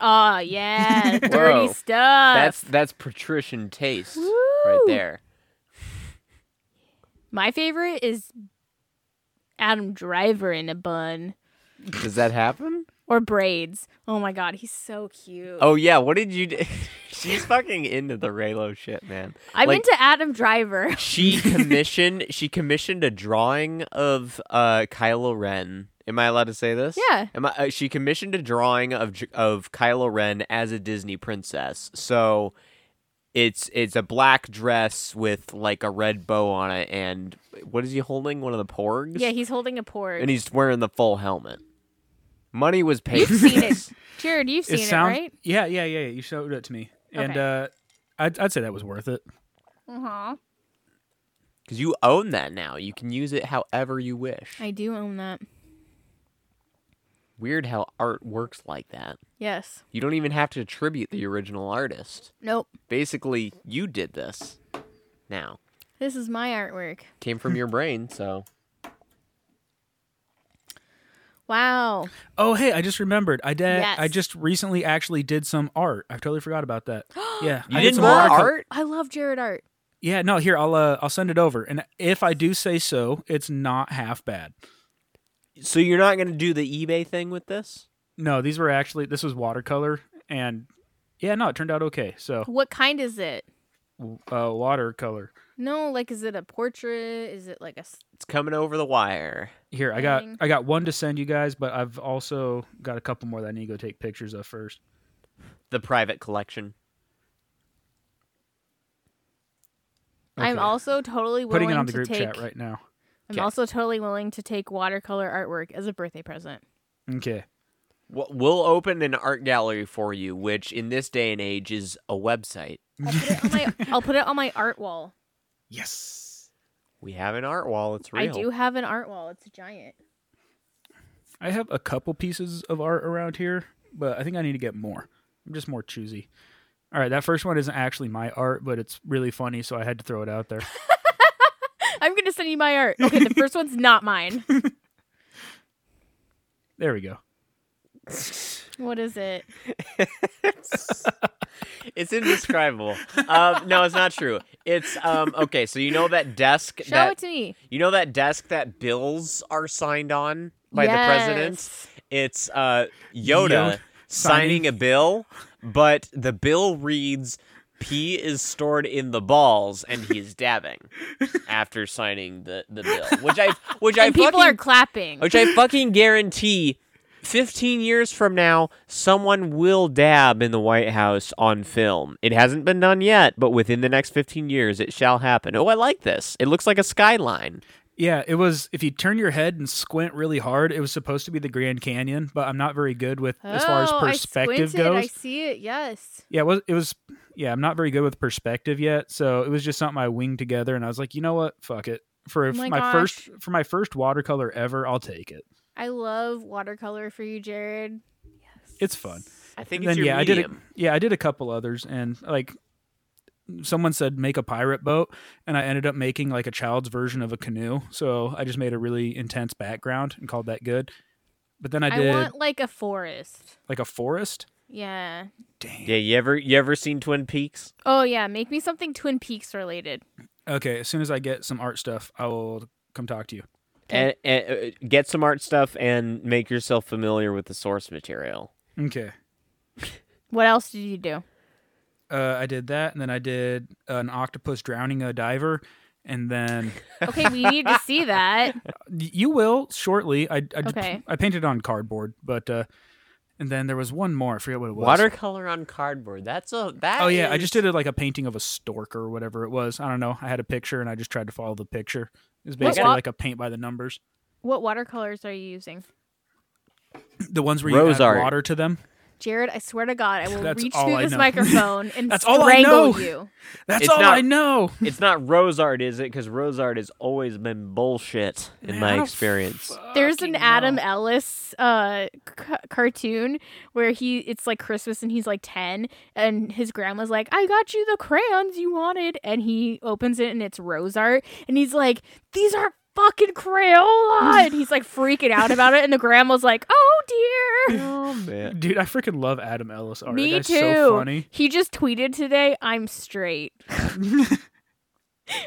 I: Oh [laughs] yeah, dirty
G: Whoa.
I: stuff.
G: That's that's patrician taste right
I: Uh, Woo!
G: there.
I: My favorite is Adam Driver in a bun
G: Does that happen?
I: or braids. Oh my god, he's so cute.
G: Oh yeah, what did you do? [laughs] She's fucking into the Raylo shit, man.
I: I'm
G: like-
I: into [laughs]
G: [laughs]
I: Adam Driver.
G: She commissioned she commissioned a drawing of uh Kylo Ren. Am I allowed to say this?
I: Yeah.
G: Am I, uh, she commissioned a drawing of J- of Kylo Ren as a Disney princess. So it's it's a black dress with like a red bow on it and what is he holding? One of the porgs?
I: yeah, he's holding a pork.
G: and he's wearing the full helmet. Money was paid. [laughs]
I: You've
G: for
I: seen it,
G: this.
I: Jared. You've seen it,
H: sounds-
I: right?
H: Yeah, yeah, yeah, yeah. You showed it to me, and
I: Okay.
H: uh, I'd, I'd say that was worth it.
I: Uh-huh.
G: Because you own that now. You can use it however you wish.
I: I do own that.
G: Weird how art works like that.
I: Yes.
G: You don't even have to attribute the original artist.
I: Nope.
G: Basically, you did this now.
I: This is my artwork.
G: Came from your brain, so.
I: Wow.
H: Oh, hey, I just remembered. I did. I
I: Yes.
H: just recently actually did some art. I totally forgot about
I: [gasps]
H: that. yeah,
G: You
H: I
G: did
H: did some
G: more
H: art.
G: art?
I: I love Jared art.
H: Yeah, no, here I'll uh, I'll send it over, and if I do say so, it's not half bad.
G: So you're not going to do the eBay thing with this?
H: No, these were actually this was watercolor, and yeah, no, it turned out okay. So
I: What kind is it?
H: uh, watercolor.
I: No, like is it a portrait? Is it like a s-
G: It's coming over the wire.
H: Here, I got
I: Dang.
H: I got one to send you guys, but I've also got a couple more that I need to go take pictures of first.
G: The private collection.
I: I'm
H: Okay.
I: also totally willing
H: putting it on the
I: to
H: group
I: take
H: chat right now.
I: I'm
G: Okay.
I: also totally willing to take watercolor artwork as a birthday present.
H: [laughs] Okay.
G: Wh- We'll open an art gallery for you, which in this day and age is a website.
I: I'll put it on my I'll put it on my art wall.
H: Yes.
G: We have an art wall. It's
I: I
G: real.
I: do have an art wall. It's giant.
H: I have a couple pieces of art around here, but I think I need to get more. I'm just more choosy. All right, that first one isn't actually my art, but it's really funny, so I had to throw it
I: [laughs]
H: out there.
I: I'm gonna send you my art. Okay, the first one's
H: [laughs]
I: not mine.
H: There we go.
I: What is it?
G: [laughs] It's indescribable. um, no, it's not true. It's um, okay. So you know that
I: [laughs]
G: desk
I: Show
G: that
I: it to me.
G: You know that desk that bills are signed on by the president?
I: Yes.
G: It's uh, Yoda
H: Yo-
G: signing a bill, but the bill reads P is stored in the balls and he's dabbing [laughs] after signing the, the bill. Which I which I
I: [laughs] And people are
G: fucking,
I: clapping.
G: which I fucking guarantee 15 years from now someone will dab in the White House on film. It hasn't been done yet, but within the next 15 years it shall happen. Oh, I like this. It looks like a skyline.
H: Yeah, it was if you turn your head and squint really hard, it was supposed to be the Grand Canyon, but I'm not very good with as far as
I: Oh,
H: perspective
I: I squinted.
H: goes.
I: I see it. Yes.
H: Yeah, it was it was yeah, I'm not very good with perspective yet, so it was just something I winged together and I was like, "You know what? Fuck it." For
I: Oh
H: f-
I: my
H: my
I: gosh.
H: first for my first watercolor ever, I'll take it.
I: I love watercolor for you, Jared.
H: It's fun.
G: I think
H: And
G: it's
H: then
G: your
H: yeah, I did. A,
G: medium.
H: yeah, I did a couple others, and like someone said, make a pirate boat, and I ended up making like a child's version of a canoe. So I just made a really intense background and called that good. But then I
I: I,
H: did
I: want like a forest.
H: like a forest.
I: Yeah.
H: Dang.
G: Yeah, you ever you ever seen Twin Peaks?
I: Oh yeah, make me something Twin Peaks related.
H: Okay, as soon as I get some art stuff, I will come talk to you.
G: And, and uh, get some art stuff and make yourself familiar with the source material.
H: Okay.
I: What else did you do?
H: Uh, I did that, and then I did an octopus drowning a diver, and [laughs] then
I: Okay, we need to see that.
H: Y- You will shortly. I I, d-
I: Okay.
H: I painted on cardboard, but uh, And then there was one more. I forget what it was.
G: Watercolor on cardboard. That's a that.
H: Oh yeah, I
G: is-
H: just did a, like a painting of a stork or whatever it was. I don't know. I had a picture and I just tried to follow the picture. It was
I: What
H: basically
I: wa-
H: like a paint by the numbers.
I: [laughs] What watercolors are you using?
H: The ones where you
G: Rose
H: add
G: art.
H: water to them.
I: Jared, I swear to God, I will
H: That's
I: reach
H: all
I: through
H: I
I: this
H: know. [laughs]
I: microphone and
H: That's all I
I: strangle
H: know.
I: you.
H: That's
G: It's
H: all
G: not-
H: I know.
G: It's not rose art, is it? Because rose art has always been bullshit in
H: Man, I
G: my
H: don't
G: experience.
I: There's an
H: fucking
I: Adam
H: know.
I: Ellis uh, c- cartoon where he it's like Christmas and he's like 10 and his grandma's like, "I got you the crayons you wanted." And he opens it and it's rose art and he's like, "These are fucking Crayola." and he's like freaking out about it and the grandma's like, "Oh
H: [laughs]
I: dear."
G: oh man.
H: Dude, I freaking love Adam Ellis art.
I: Me
H: That's
I: too.
H: so funny.
I: He just tweeted today,
H: [laughs]
I: "I'm straight."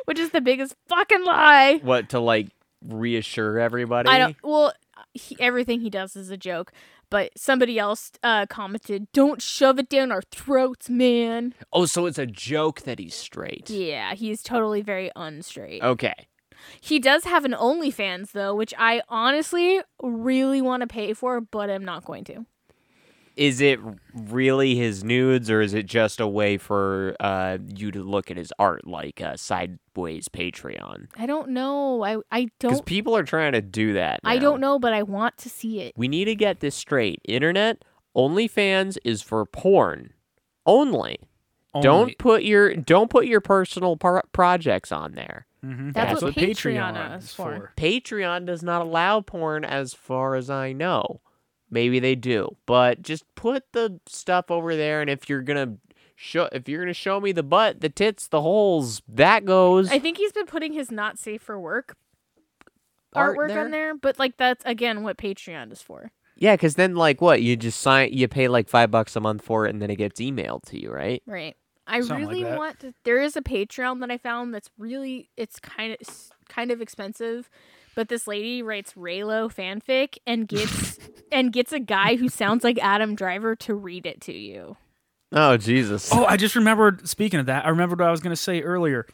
I: Which is the biggest fucking lie.
G: What to like reassure everybody?
I: I don't. Well, he, everything he does is a joke. But somebody else uh, commented, "Don't shove it down our throats, man."
G: Oh, so it's a joke that he's straight.
I: Yeah, he's totally very unstraight.
H: Oh.
G: Okay.
I: He does have an OnlyFans though, which I honestly really want to pay for, but I'm not going to.
G: Is it really his nudes, or is it just a way for uh, you to look at his art like uh, Sideways Patreon?
I: I don't know. I I
G: Because
I: don't.
G: people are trying to do that.
I: I
G: now.
I: don't know, but I want to see it.
G: We need to get this straight. Internet OnlyFans is for porn only.
H: Only-
G: Don't put your don't put your personal pro- projects on there.
H: Mhm.
I: That's what Patreon
H: Patreon
I: is for.
G: Patreon does not allow porn as far as I know. Maybe they do, but just put the stuff over there and if you're going to show if you're going to show me the butt, the tits, the holes, that goes
I: I think he's been putting his not safe for work
G: Art
I: artwork
G: there?
I: on there, but like that's again what Patreon is for.
G: Yeah, cuz then like what? You just sign you pay like 5 bucks a month for it and then it gets emailed to you, right?
I: Right. I
H: Something like
I: really
H: that.
I: want to. There is a Patreon that I found that's really it's kind of s- kind of expensive, but this lady writes Raylo fanfic
H: [laughs]
I: and gets and gets a guy who sounds like Adam Driver to read it to you.
G: Oh, Jesus.
H: Oh, I just remembered. Speaking of that, I remembered what I was going to say earlier.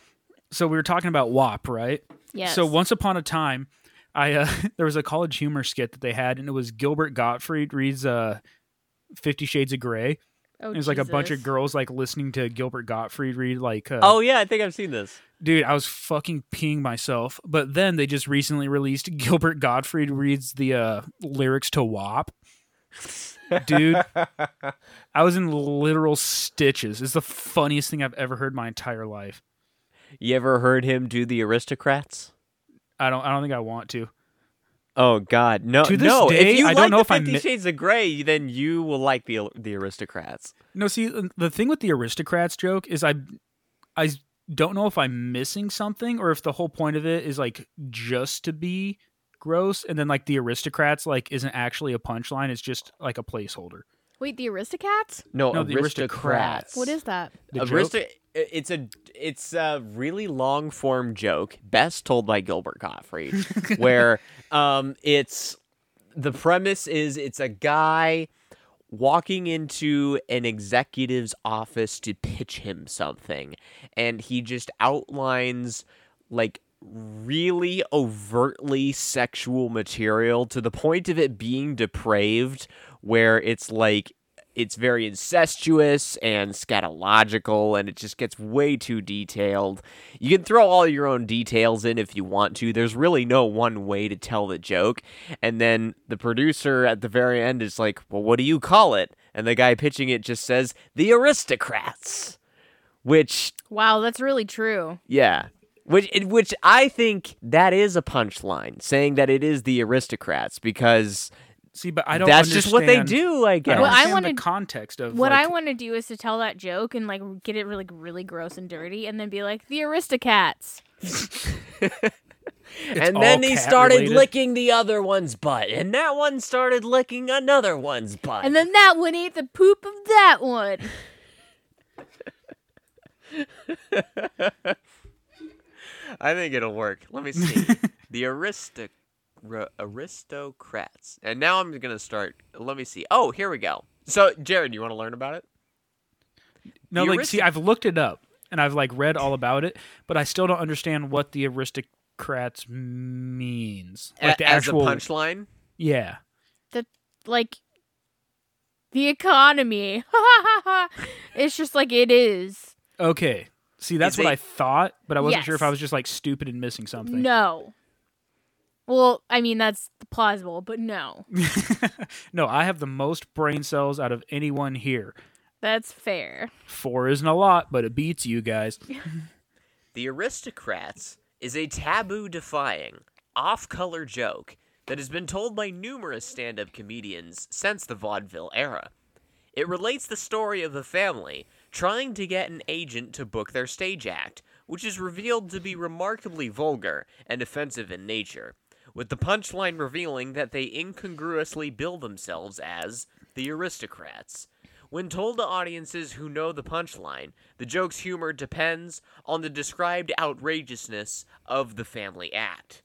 H: So we were talking about WAP, right?
I: Yes.
H: So once upon a time, I uh, [laughs] there was a college humor skit that they had, and it was Gilbert Gottfried reads uh, Fifty Shades of Grey.
I: Oh,
H: It was like a bunch of
I: Jesus.
H: girls like listening to Gilbert Gottfried read like. Uh,
G: Oh yeah, I think I've seen this.
H: dude, I was fucking peeing myself. But then they just recently released [laughs] Gilbert Gottfried reads the uh, lyrics to WAP. Dude, I was in literal stitches. It's the funniest thing I've ever heard my entire life.
G: You ever heard him do the aristocrats?
H: I don't. I don't think I want to.
G: Oh God, no!
H: To this
G: no,
H: day,
G: if you
H: I
G: like
H: don't know
G: the
H: if I
G: Fifty
H: mi-
G: Shades of Grey, then you will like the the aristocrats.
H: No, see, the thing with the aristocrats joke is I, I don't know if I'm missing something or if the whole point of it is like just to be gross, and then like the aristocrats like isn't actually a punchline. It's just like a placeholder.
I: Wait, the Aristocats?
H: No, the aristocrats.
I: What is that?
H: The joke-
G: Aristo- it's a it's a really long form joke, best told by Gilbert
I: [laughs]
G: Gottfried, where um it's the premise is it's a guy walking into an executive's office to pitch him something and he just outlines like really overtly sexual material to the point of it being depraved where it's like it's very incestuous and scatological and it just gets way too detailed. You can throw all your own details in if you want to. There's really no one way to tell the joke. And then the producer at the very end is like, "Well, what do you call it?" And the guy pitching it just says, "The aristocrats." Which
I: Wow, that's really true.
G: yeah. Which it- which I think that is a punchline saying that it is the aristocrats because
H: See, but I don't.
G: that's just what they
H: understand-
G: do, I
H: I
G: guess.
H: don't
I: Well, I
H: understand
I: wanted-
H: the context of
I: What
H: like,
I: I want to do is to tell that joke and like get it really, really gross and dirty, and then be like the Aristocats.
G: and
H: all
G: then he
H: cat
G: started
H: related.
G: licking the other one's butt, and that one started licking another one's butt.
I: And then that one ate the poop of that one.
G: I think it'll work. Let me see.
I: [laughs]
G: the aristoc- r- aristocrats. And now I'm going to start. Let me see. Oh, here we go. So, Jared, you want to learn about it?
H: No,
G: The
H: like,
G: arist-
H: see, I've looked it up and I've like read all about it, but I still don't understand what the aristocrats means. Like
G: A-
H: the
G: As
H: actual
G: a punchline?
H: Yeah.
I: that like the economy. [laughs] it's just like it is.
H: Okay. See, that's
G: Is
H: what
G: it-
H: I thought, but I wasn't sure if I
I: Yes.
H: was just like stupid and missing something.
I: No. Well, I mean that's plausible, but no.
H: [laughs] no, I have the most brain cells out of anyone here.
I: That's fair.
H: Four isn't a lot, but it beats you guys.
G: The Aristocrats is a taboo defying, off color joke that has been told by numerous stand up comedians since the vaudeville era. It relates the story of a family trying to get an agent to book their stage act, which is revealed to be remarkably vulgar and offensive in nature, with the punchline revealing that they incongruously bill themselves as the aristocrats. When told to audiences who know the punchline, the joke's humor depends on the described outrageousness of the family act.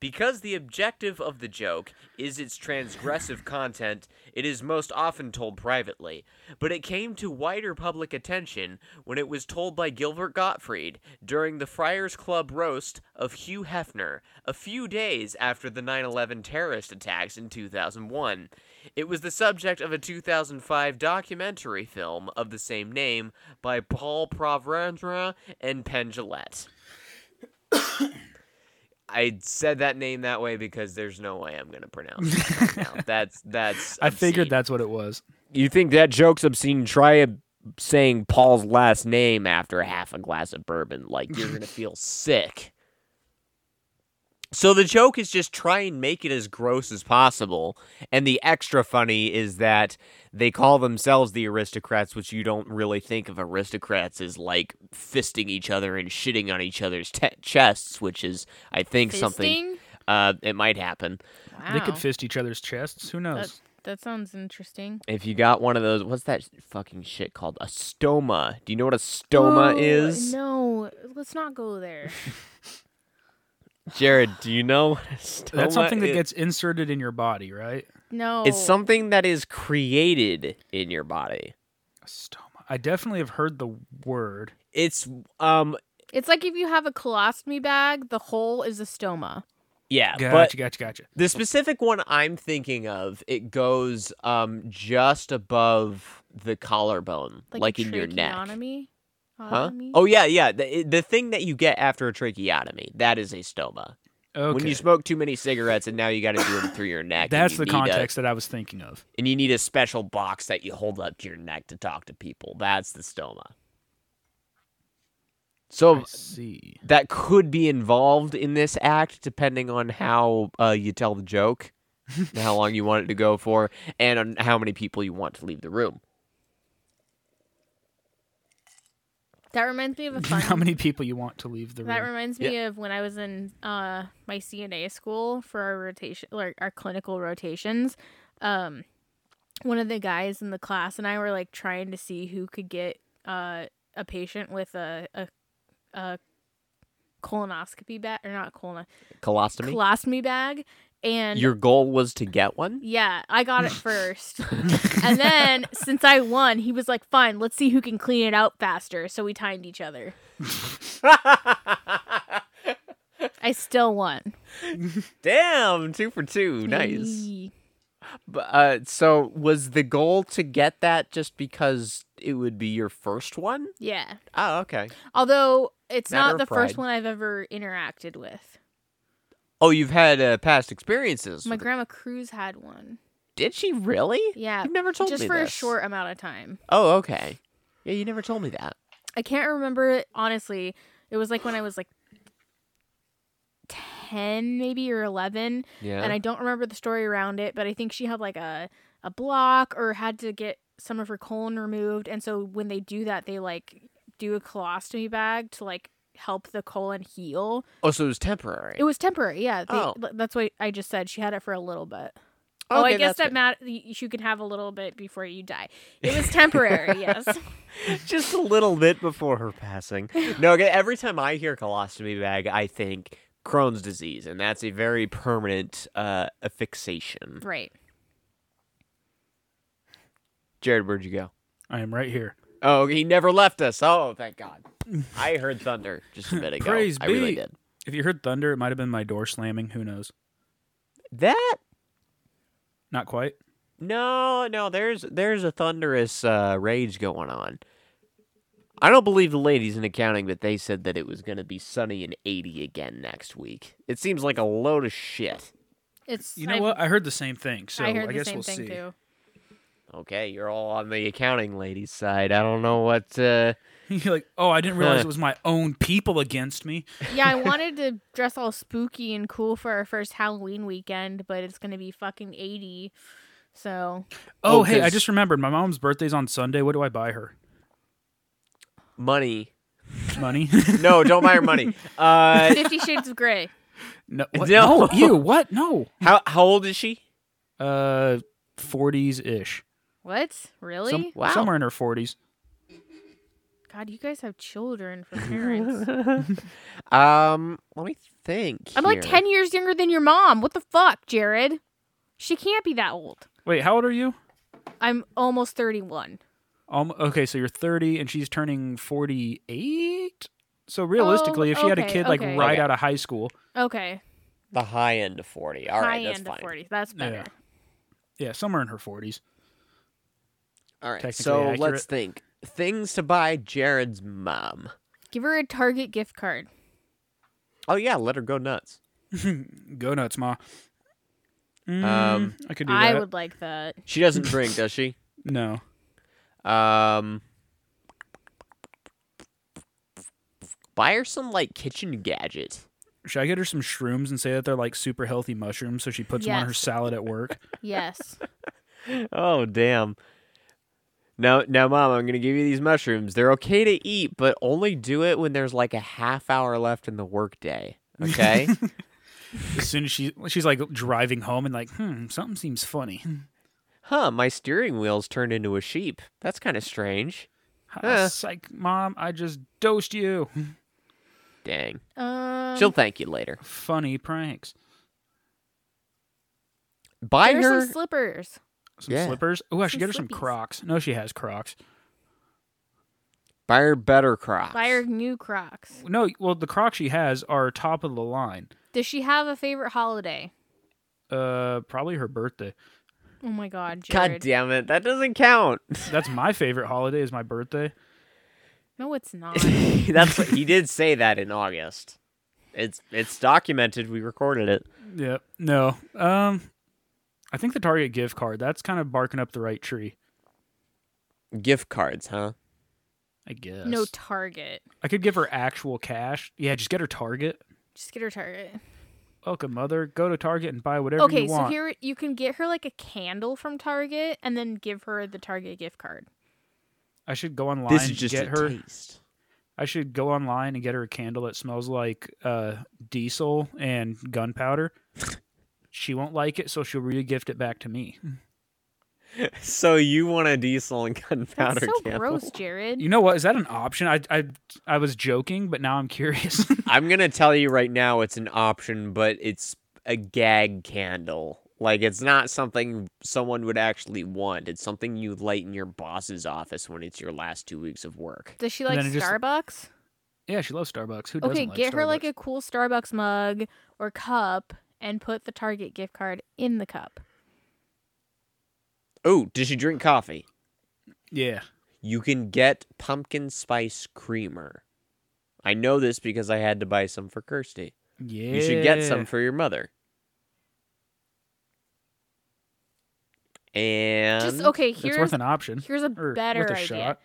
G: Because the objective of the joke is its transgressive content, it is most often told privately, but it came to wider public attention when it was told by Gilbert Gottfried during the Friars Club roast of Hugh Hefner a few days after the 9 11 terrorist attacks in 2001. It was the subject of a 2005 documentary film of the same name by Paul Provenza and Penn Jillette. I said that name that way because there's no way I'm gonna pronounce it. right
H: [laughs]
G: now. That's that's.
H: I figured
G: obscene.
H: that's what it was.
G: You think that joke's obscene? Try saying Paul's last name after half a glass of bourbon. Like you're
H: [laughs]
G: gonna feel sick. So the joke is just try and make it as gross as possible, and the extra funny is that they call themselves the aristocrats, which you don't really think of aristocrats as like fisting each other and shitting on each other's te- chests, which is I think something
I: Fisting?
G: uh, it might happen.
I: Wow.
H: They could fist each other's chests. Who knows?
I: that, that sounds interesting.
G: If you got one of those, what's that fucking shit called? A stoma. Do you know what a stoma
I: Oh,
G: is?
I: No, let's not
G: [laughs]
I: go there.
G: Jared, do you know what a stoma
H: That's something that
G: is?
H: gets inserted in your body, right?
I: No.
G: It's something that is created in your body.
H: A stoma. I definitely have heard the word.
G: It's um
I: It's like if you have a colostomy bag, the hole is a stoma.
G: yeah, but
H: Gotcha, gotcha, gotcha.
G: The specific one I'm thinking of, it goes um just above the collarbone, like,
I: Like, a
G: in your neck.
I: tracheotomy?
G: Huh?
I: Otomy?
G: Oh yeah, yeah. The, the thing that you get after a tracheotomy, that is a stoma.
H: Okay.
G: When you smoke too many cigarettes and now you got to do them through your neck. and
H: that's
G: you
H: the
G: need a-
H: context that I was thinking of.
G: and you need a special box that you hold up to your neck to talk to people. That's the stoma. So Oh.
H: I see.
G: that could be involved in this act, depending on how uh, you tell the joke, and how long you want it to go for, and on how many people you want to leave the room.
I: That reminds me
H: [laughs]
I: of a fun
H: How many people you want to leave the room?
I: That reminds me of when I was in uh, my CNA school for our rotation, like our clinical rotations. Um, one of the guys in the class and I were like trying to see who could get uh, a patient with a, a, a colonoscopy bag or not colon
G: Colostomy.
I: colostomy bag, and
G: Your goal was to get
I: [laughs]
G: one.
I: yeah, I got it first. and then since I won, he was like, "Fine, let's see who can clean it out faster." So we timed each other. I still won.
G: Damn, two for two. Nice.
I: Yee.
G: B- Uh, so was the goal to get that just because it would be your first one?
I: Yeah.
G: Oh, okay.
I: Although it's
G: Matter
I: not
G: of
I: the
G: pride.
I: first one I've ever interacted with.
G: Oh, you've had uh, past experiences.
I: My
G: with it.
I: grandma Cruz had one.
G: Did she really?
I: Yeah.
G: You've never told
I: just
G: me
I: for
G: this.
I: a short amount of time.
G: Oh, okay. Yeah, you never told me that.
I: I can't remember it honestly. It was like when I was like 10 maybe or 11
G: Yeah.
I: and I don't remember the story around it, but I think she had like a a block or had to get some of her colon removed and so when they do that they like do a colostomy bag to like help the colon heal.
G: oh, so it was temporary.
I: It was temporary, yeah. They-
G: Oh.
I: th- That's what I just said. She had it for a little bit. oh, I
G: Okay,
I: guess
G: that's
I: that mat- y you can have a little bit before you die. It was temporary, yes.
G: [laughs] just a little
I: [laughs]
G: bit before her passing. No, okay, every time I hear colostomy bag, I think Crohn's disease, and that's a very permanent uh, affixation.
I: Right.
G: Jared, where'd you go?
H: I am right here.
G: Oh, he never left us. Oh, thank
H: [laughs]
G: God. I heard thunder just a bit ago.
H: Praise
G: I really
H: be.
G: did.
H: If you heard thunder, it might have been my door slamming. Who knows?
G: That
H: Not quite.
G: No, no, there's there's a thunderous uh, rage going on. I don't believe the ladies in accounting that they said that it was going to be sunny and 80 again next week. It seems like a load of shit.
I: It's
H: You know
I: I,
H: what? I heard the same thing, so
I: I heard the
H: guess
I: same
H: we'll
I: thing
H: see.
I: too.
G: Okay, you're all on the accounting ladies side. I don't know what uh
H: [laughs] You're like, oh, I didn't realize it was my own people against me.
I: Yeah, I wanted to dress all spooky and cool for our first Halloween weekend, but it's gonna be fucking eighty. So
H: Oh,
G: Oh,
H: hey, I
G: 'cause-
H: just remembered my mom's birthday's on Sunday. What do I buy her?
G: money. [laughs]
H: Money?
G: No, don't buy her
H: [laughs]
G: money. Uh
I: Fifty Shades of Grey.
G: [laughs]
H: no, what?
G: No.
H: no, you what? No,
G: how how old is she?
H: uh, forties ish.
I: What? Really?
H: Some,
G: Wow.
H: Somewhere in her forties.
I: God, you guys have children for parents.
G: Um, let me think.
I: I'm like
G: here.
I: ten years younger than your mom. What the fuck, Jared? She can't be that old.
H: Wait, how old are you?
I: I'm almost thirty one.
H: Um, okay, so you're thirty, and she's turning forty-eight. So realistically, if she had a
I: Oh, okay,
H: kid like
I: okay.
H: right
G: Okay.
H: out of high school,
I: Okay.
G: the high end of 40. All
I: High
G: right, that's
I: end
G: fine.
I: of forty. That's better.
H: Yeah. yeah, somewhere in her forties.
G: All right.
H: Technically
G: So,
H: accurate.
G: let's think. Things to buy Jared's mom.
I: Give her a Target gift card.
G: Oh yeah, let her go nuts.
H: Go nuts, ma. Mm,
G: Um,
H: I could do
I: I
H: that.
I: would like that.
G: She doesn't drink, does she?
H: No,
G: [laughs] Um, buy her some like kitchen gadget.
H: should I get her some shrooms and say that they're like super healthy mushrooms, so she puts them on her
I: Yes.
H: salad
G: [laughs]
H: at work? [laughs]
I: Yes.
G: Oh damn. Now, now, mom, I'm gonna give you these mushrooms. They're okay to eat, but only do it when there's like a half hour left in the workday.
H: [laughs]
G: Okay.
H: as soon as she she's like driving home and like, hmm, something seems funny. Hmm,
G: huh? My steering wheel's turned into a sheep. That's kind of strange. Eh.
H: Uh, Psych, mom, I just dosed you. Hmm,
G: Dang.
I: Um,
G: She'll thank you later.
H: Funny pranks.
G: Buy
I: There's
G: her.
I: some slippers.
H: Some
G: Yeah.
H: slippers. Oh, I should
I: Some
H: get her some
I: slippies.
H: Crocs. No, she has Crocs.
G: buy her better Crocs.
I: Buy her new Crocs.
H: No, well, the Crocs she has are top of the line.
I: Does she have a favorite holiday?
H: Uh, probably her birthday.
I: Oh my God,
G: [laughs] God
I: Jared.
G: damn it! That doesn't count. [laughs]
H: That's my favorite holiday is my birthday. [laughs]
I: No, it's not.
G: That's what he did say that in August. It's it's documented. We recorded it.
H: Yeah. No. Um, I think the Target gift card. That's kind of barking up the right tree.
G: Gift cards, huh?
H: I guess.
I: no Target.
H: I could give her actual cash. Yeah, just get her Target.
I: Just get her Target.
H: Welcome, mother. Go to Target and buy whatever
I: okay,
H: you
I: so
H: want.
I: here you can get her like a candle from Target and then give her the Target gift card.
H: I should go online.
G: This is
H: and
G: just
H: get
G: a
H: her.
G: taste. [laughs]
H: I should go online and get her a candle that smells like uh, diesel and [laughs] gunpowder. she won't like it, so she'll re-gift it back to me.
G: So you want a diesel and
I: That's
G: gunpowder
I: so
G: candle?
I: gross, Jared.
H: You know what? Is that an option? I I, I was joking, but now I'm curious.
G: [laughs]
H: [laughs]
G: I'm gonna tell you right now, it's an option, but it's a gag candle. Like it's not something someone would actually want. It's something you light in your boss's office when it's your last two weeks of work.
I: Does she like
H: then it just-
I: Starbucks?
H: yeah, she loves Starbucks. Who doesn't
I: Okay,
H: like
I: get her like
H: Starbucks?
I: a cool Starbucks mug or cup and put the Target gift card in the cup.
G: Oh, does she drink coffee?
H: yeah.
G: you can get pumpkin spice creamer. I know this because I had to buy some for Kirsty.
H: Yeah.
G: You should get some for your mother. And
I: Just okay,
H: It's
I: here's
H: worth an option.
I: here's a
H: Or worth
I: better
H: a
I: idea.
H: shot.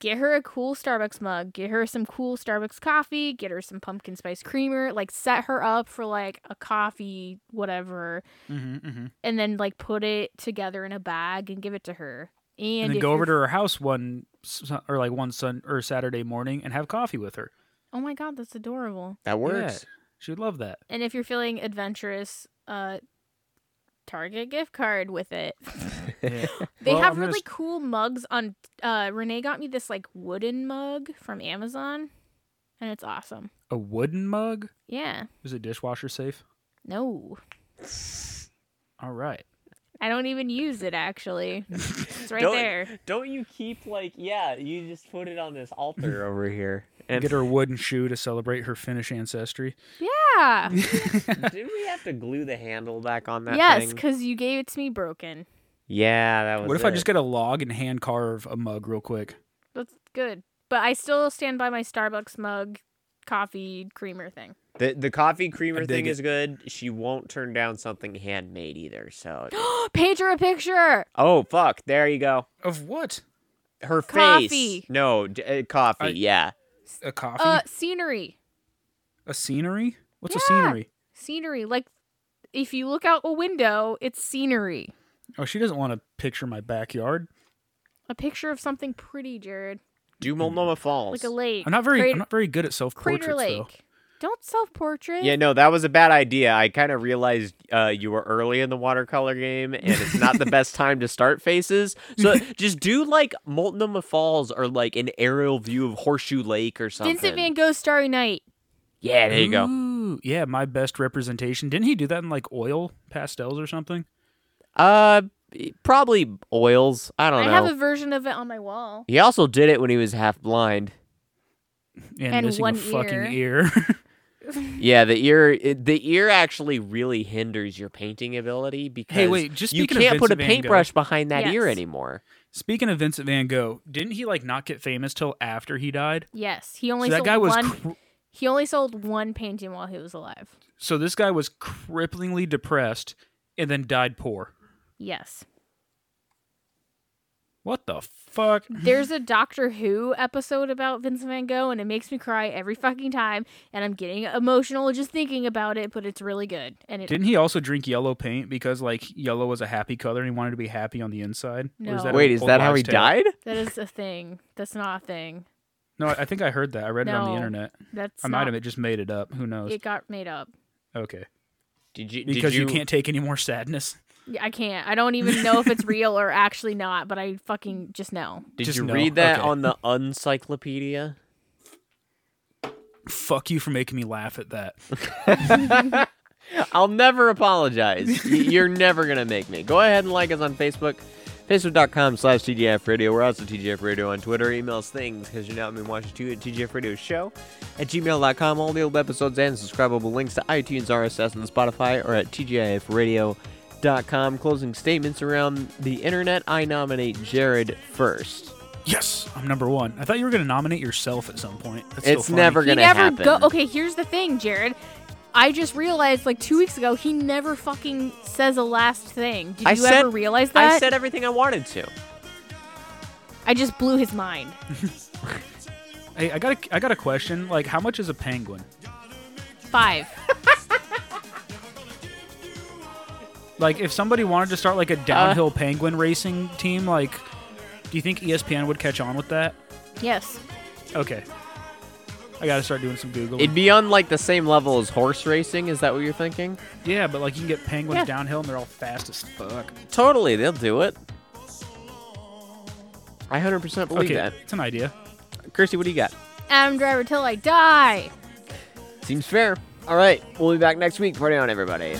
I: Get her a cool Starbucks mug, get her some cool Starbucks coffee, get her some pumpkin spice creamer, like set her up for like a coffee whatever
H: hmm hmm
I: and then like put it together in a bag and give it to her. And,
H: And, then
I: if
H: go
I: you're-
H: over to her house one s- or like one sun or Saturday morning and have coffee with her.
I: Oh my god, that's adorable.
G: that
H: Yeah,
G: works.
H: she would
G: [laughs]
H: love that.
I: And if you're feeling adventurous, uh Target gift card
H: [laughs]
I: with it.
H: Yeah.
I: They
H: Well,
I: have
H: I'm gonna
I: really
H: s-
I: cool mugs on uh Renee got me this like wooden mug from Amazon and it's awesome.
H: a wooden mug.
I: Yeah.
H: Is it dishwasher safe?
I: No.
H: All right.
I: I don't even use
G: [laughs]
I: it actually. It's right
G: Don't-
I: there.
G: Don't you keep like yeah? You just put it on this [laughs] altar over here. And
H: Get her a wooden shoe to celebrate her
G: [laughs]
H: Finnish ancestry. [laughs]
I: Yeah.
G: did we have to glue the handle back on that
I: yes,
G: thing?
I: because you gave it to me broken.
G: Yeah, that was.
H: What if I just
G: it.
H: get a log and hand carve a mug real quick?
I: That's good. But I still stand by my Starbucks mug coffee creamer thing. [gasps]
G: the the coffee creamer
H: dig
G: thing
H: it.
G: is good? She won't turn down something handmade either. So,
I: Paint her a picture.
G: [gasps] oh fuck, there you go.
H: Of what?
G: Her
I: Coffee.
G: face. No, d- uh, coffee.
H: I-
G: yeah.
H: A coffee?
I: Uh scenery.
H: a scenery? What's
I: yeah.
H: a scenery?
I: Scenery. Like if you look out a window, it's scenery.
H: Oh, she doesn't want to picture my backyard.
I: A picture of something pretty, Jared.
G: Dumalnoma Falls.
I: Like a lake.
H: I'm not very
I: Crater,
H: I'm not very good at self portraits
I: crater
H: though.
I: lake. Don't self portrait.
G: Yeah, no, that was a bad idea. I kind of realized uh, you were early in the watercolor game, and it's not the best time to start faces. So just do like Multnomah Falls or like an aerial view of Horseshoe Lake or something.
I: Vincent Van Mm. Gogh's Starry Night.
G: yeah, there you go.
H: Ooh, yeah, my best representation. Didn't he do that in like oil pastels or something?
G: Uh, probably oils. I don't
I: I
G: know.
I: have a version of it on my wall.
G: He also did it when he was half blind.
H: And,
I: And
H: missing
I: one
H: a fucking ear. [laughs]
G: Yeah, the ear it- the ear actually really hinders your painting ability because
H: wait, just
G: you
H: speaking of
G: can't put a
H: Vincent Van Gogh-
G: paintbrush behind that ear
I: Yes.
G: anymore.
H: Speaking of Vincent Van Gogh, didn't he like not get famous till after he died?
I: Yes. He
H: So
I: only
H: that
I: sold
H: guy was
I: one
H: cr-
I: he only sold one painting while he was alive.
H: so this guy was cripplingly depressed and then died poor.
I: Yes.
H: What the fuck?
I: There's a Doctor Who episode about Vincent Van Gogh, and it makes me cry every fucking time. And I'm getting emotional just thinking about it, but it's really good. And
H: [laughs]
I: it
H: Didn't he also drink yellow paint because like yellow was a happy color and he wanted to be happy on the inside? Or
I: No.
G: Wait,
H: an
G: is
H: old
G: that how
H: wives'
G: he
H: tale?
G: died?
I: that is a thing. That's not a thing.
H: No, I I think I heard that. I read it on
I: No.
H: the internet.
I: That's
H: I
I: not,
H: might have just made it up. Who knows?
I: It got made up.
H: okay,
G: Did you
H: because
G: did
H: you... can't take any more sadness.
I: Yeah, I can't. I don't even know if it's real or actually not, but I fucking just know.
G: Did
H: Just
G: you
H: no.
G: read that
H: Okay.
G: on the Uncyclopedia?
H: Fuck you for making me laugh at
G: [laughs]
H: that.
G: I'll never apologize. Y- You're never going to make me. Go ahead and like us on Facebook. Facebook.com slash TGF Radio. We're also TGF Radio on Twitter. Email us things because you're not been watching too at TGF Radio Show at gmail.com. All the old episodes and subscribable links to iTunes, RSS, and Spotify are at TGIFradio.com. Closing statements around the internet. I nominate Jared first.
H: Yes, I'm number one. I thought you were gonna nominate yourself at some point. That's still
G: It's
H: funny.
G: never
I: he
G: going to
I: never
G: happen.
I: go. Okay, here's the thing, Jared. I just realized like two weeks ago he never fucking says a last thing. Did
G: I
I: you
G: said-
I: ever realize that?
G: I said everything I wanted to.
I: I just blew his mind.
H: Hey, I got a, I got a question. Like, how much is a penguin?
I: Five.
H: Like, if somebody wanted to start like
G: Uh,
H: a downhill penguin racing team, like, do you think E ESPN would catch on with that?
I: Yes.
H: Okay, I gotta start doing some googling.
G: It'd be on like the same level as horse racing. Is that what you're thinking?
H: Yeah, but like you can get penguins
G: Yeah.
H: downhill and they're all fast as fuck.
G: Totally, they'll do it. I 100% believe
H: okay,
G: that.
H: it's an idea.
G: Kirsty, what do you got?
I: Adam Driver till I die.
G: Seems fair. All right, we'll be back next week. Party on, everybody.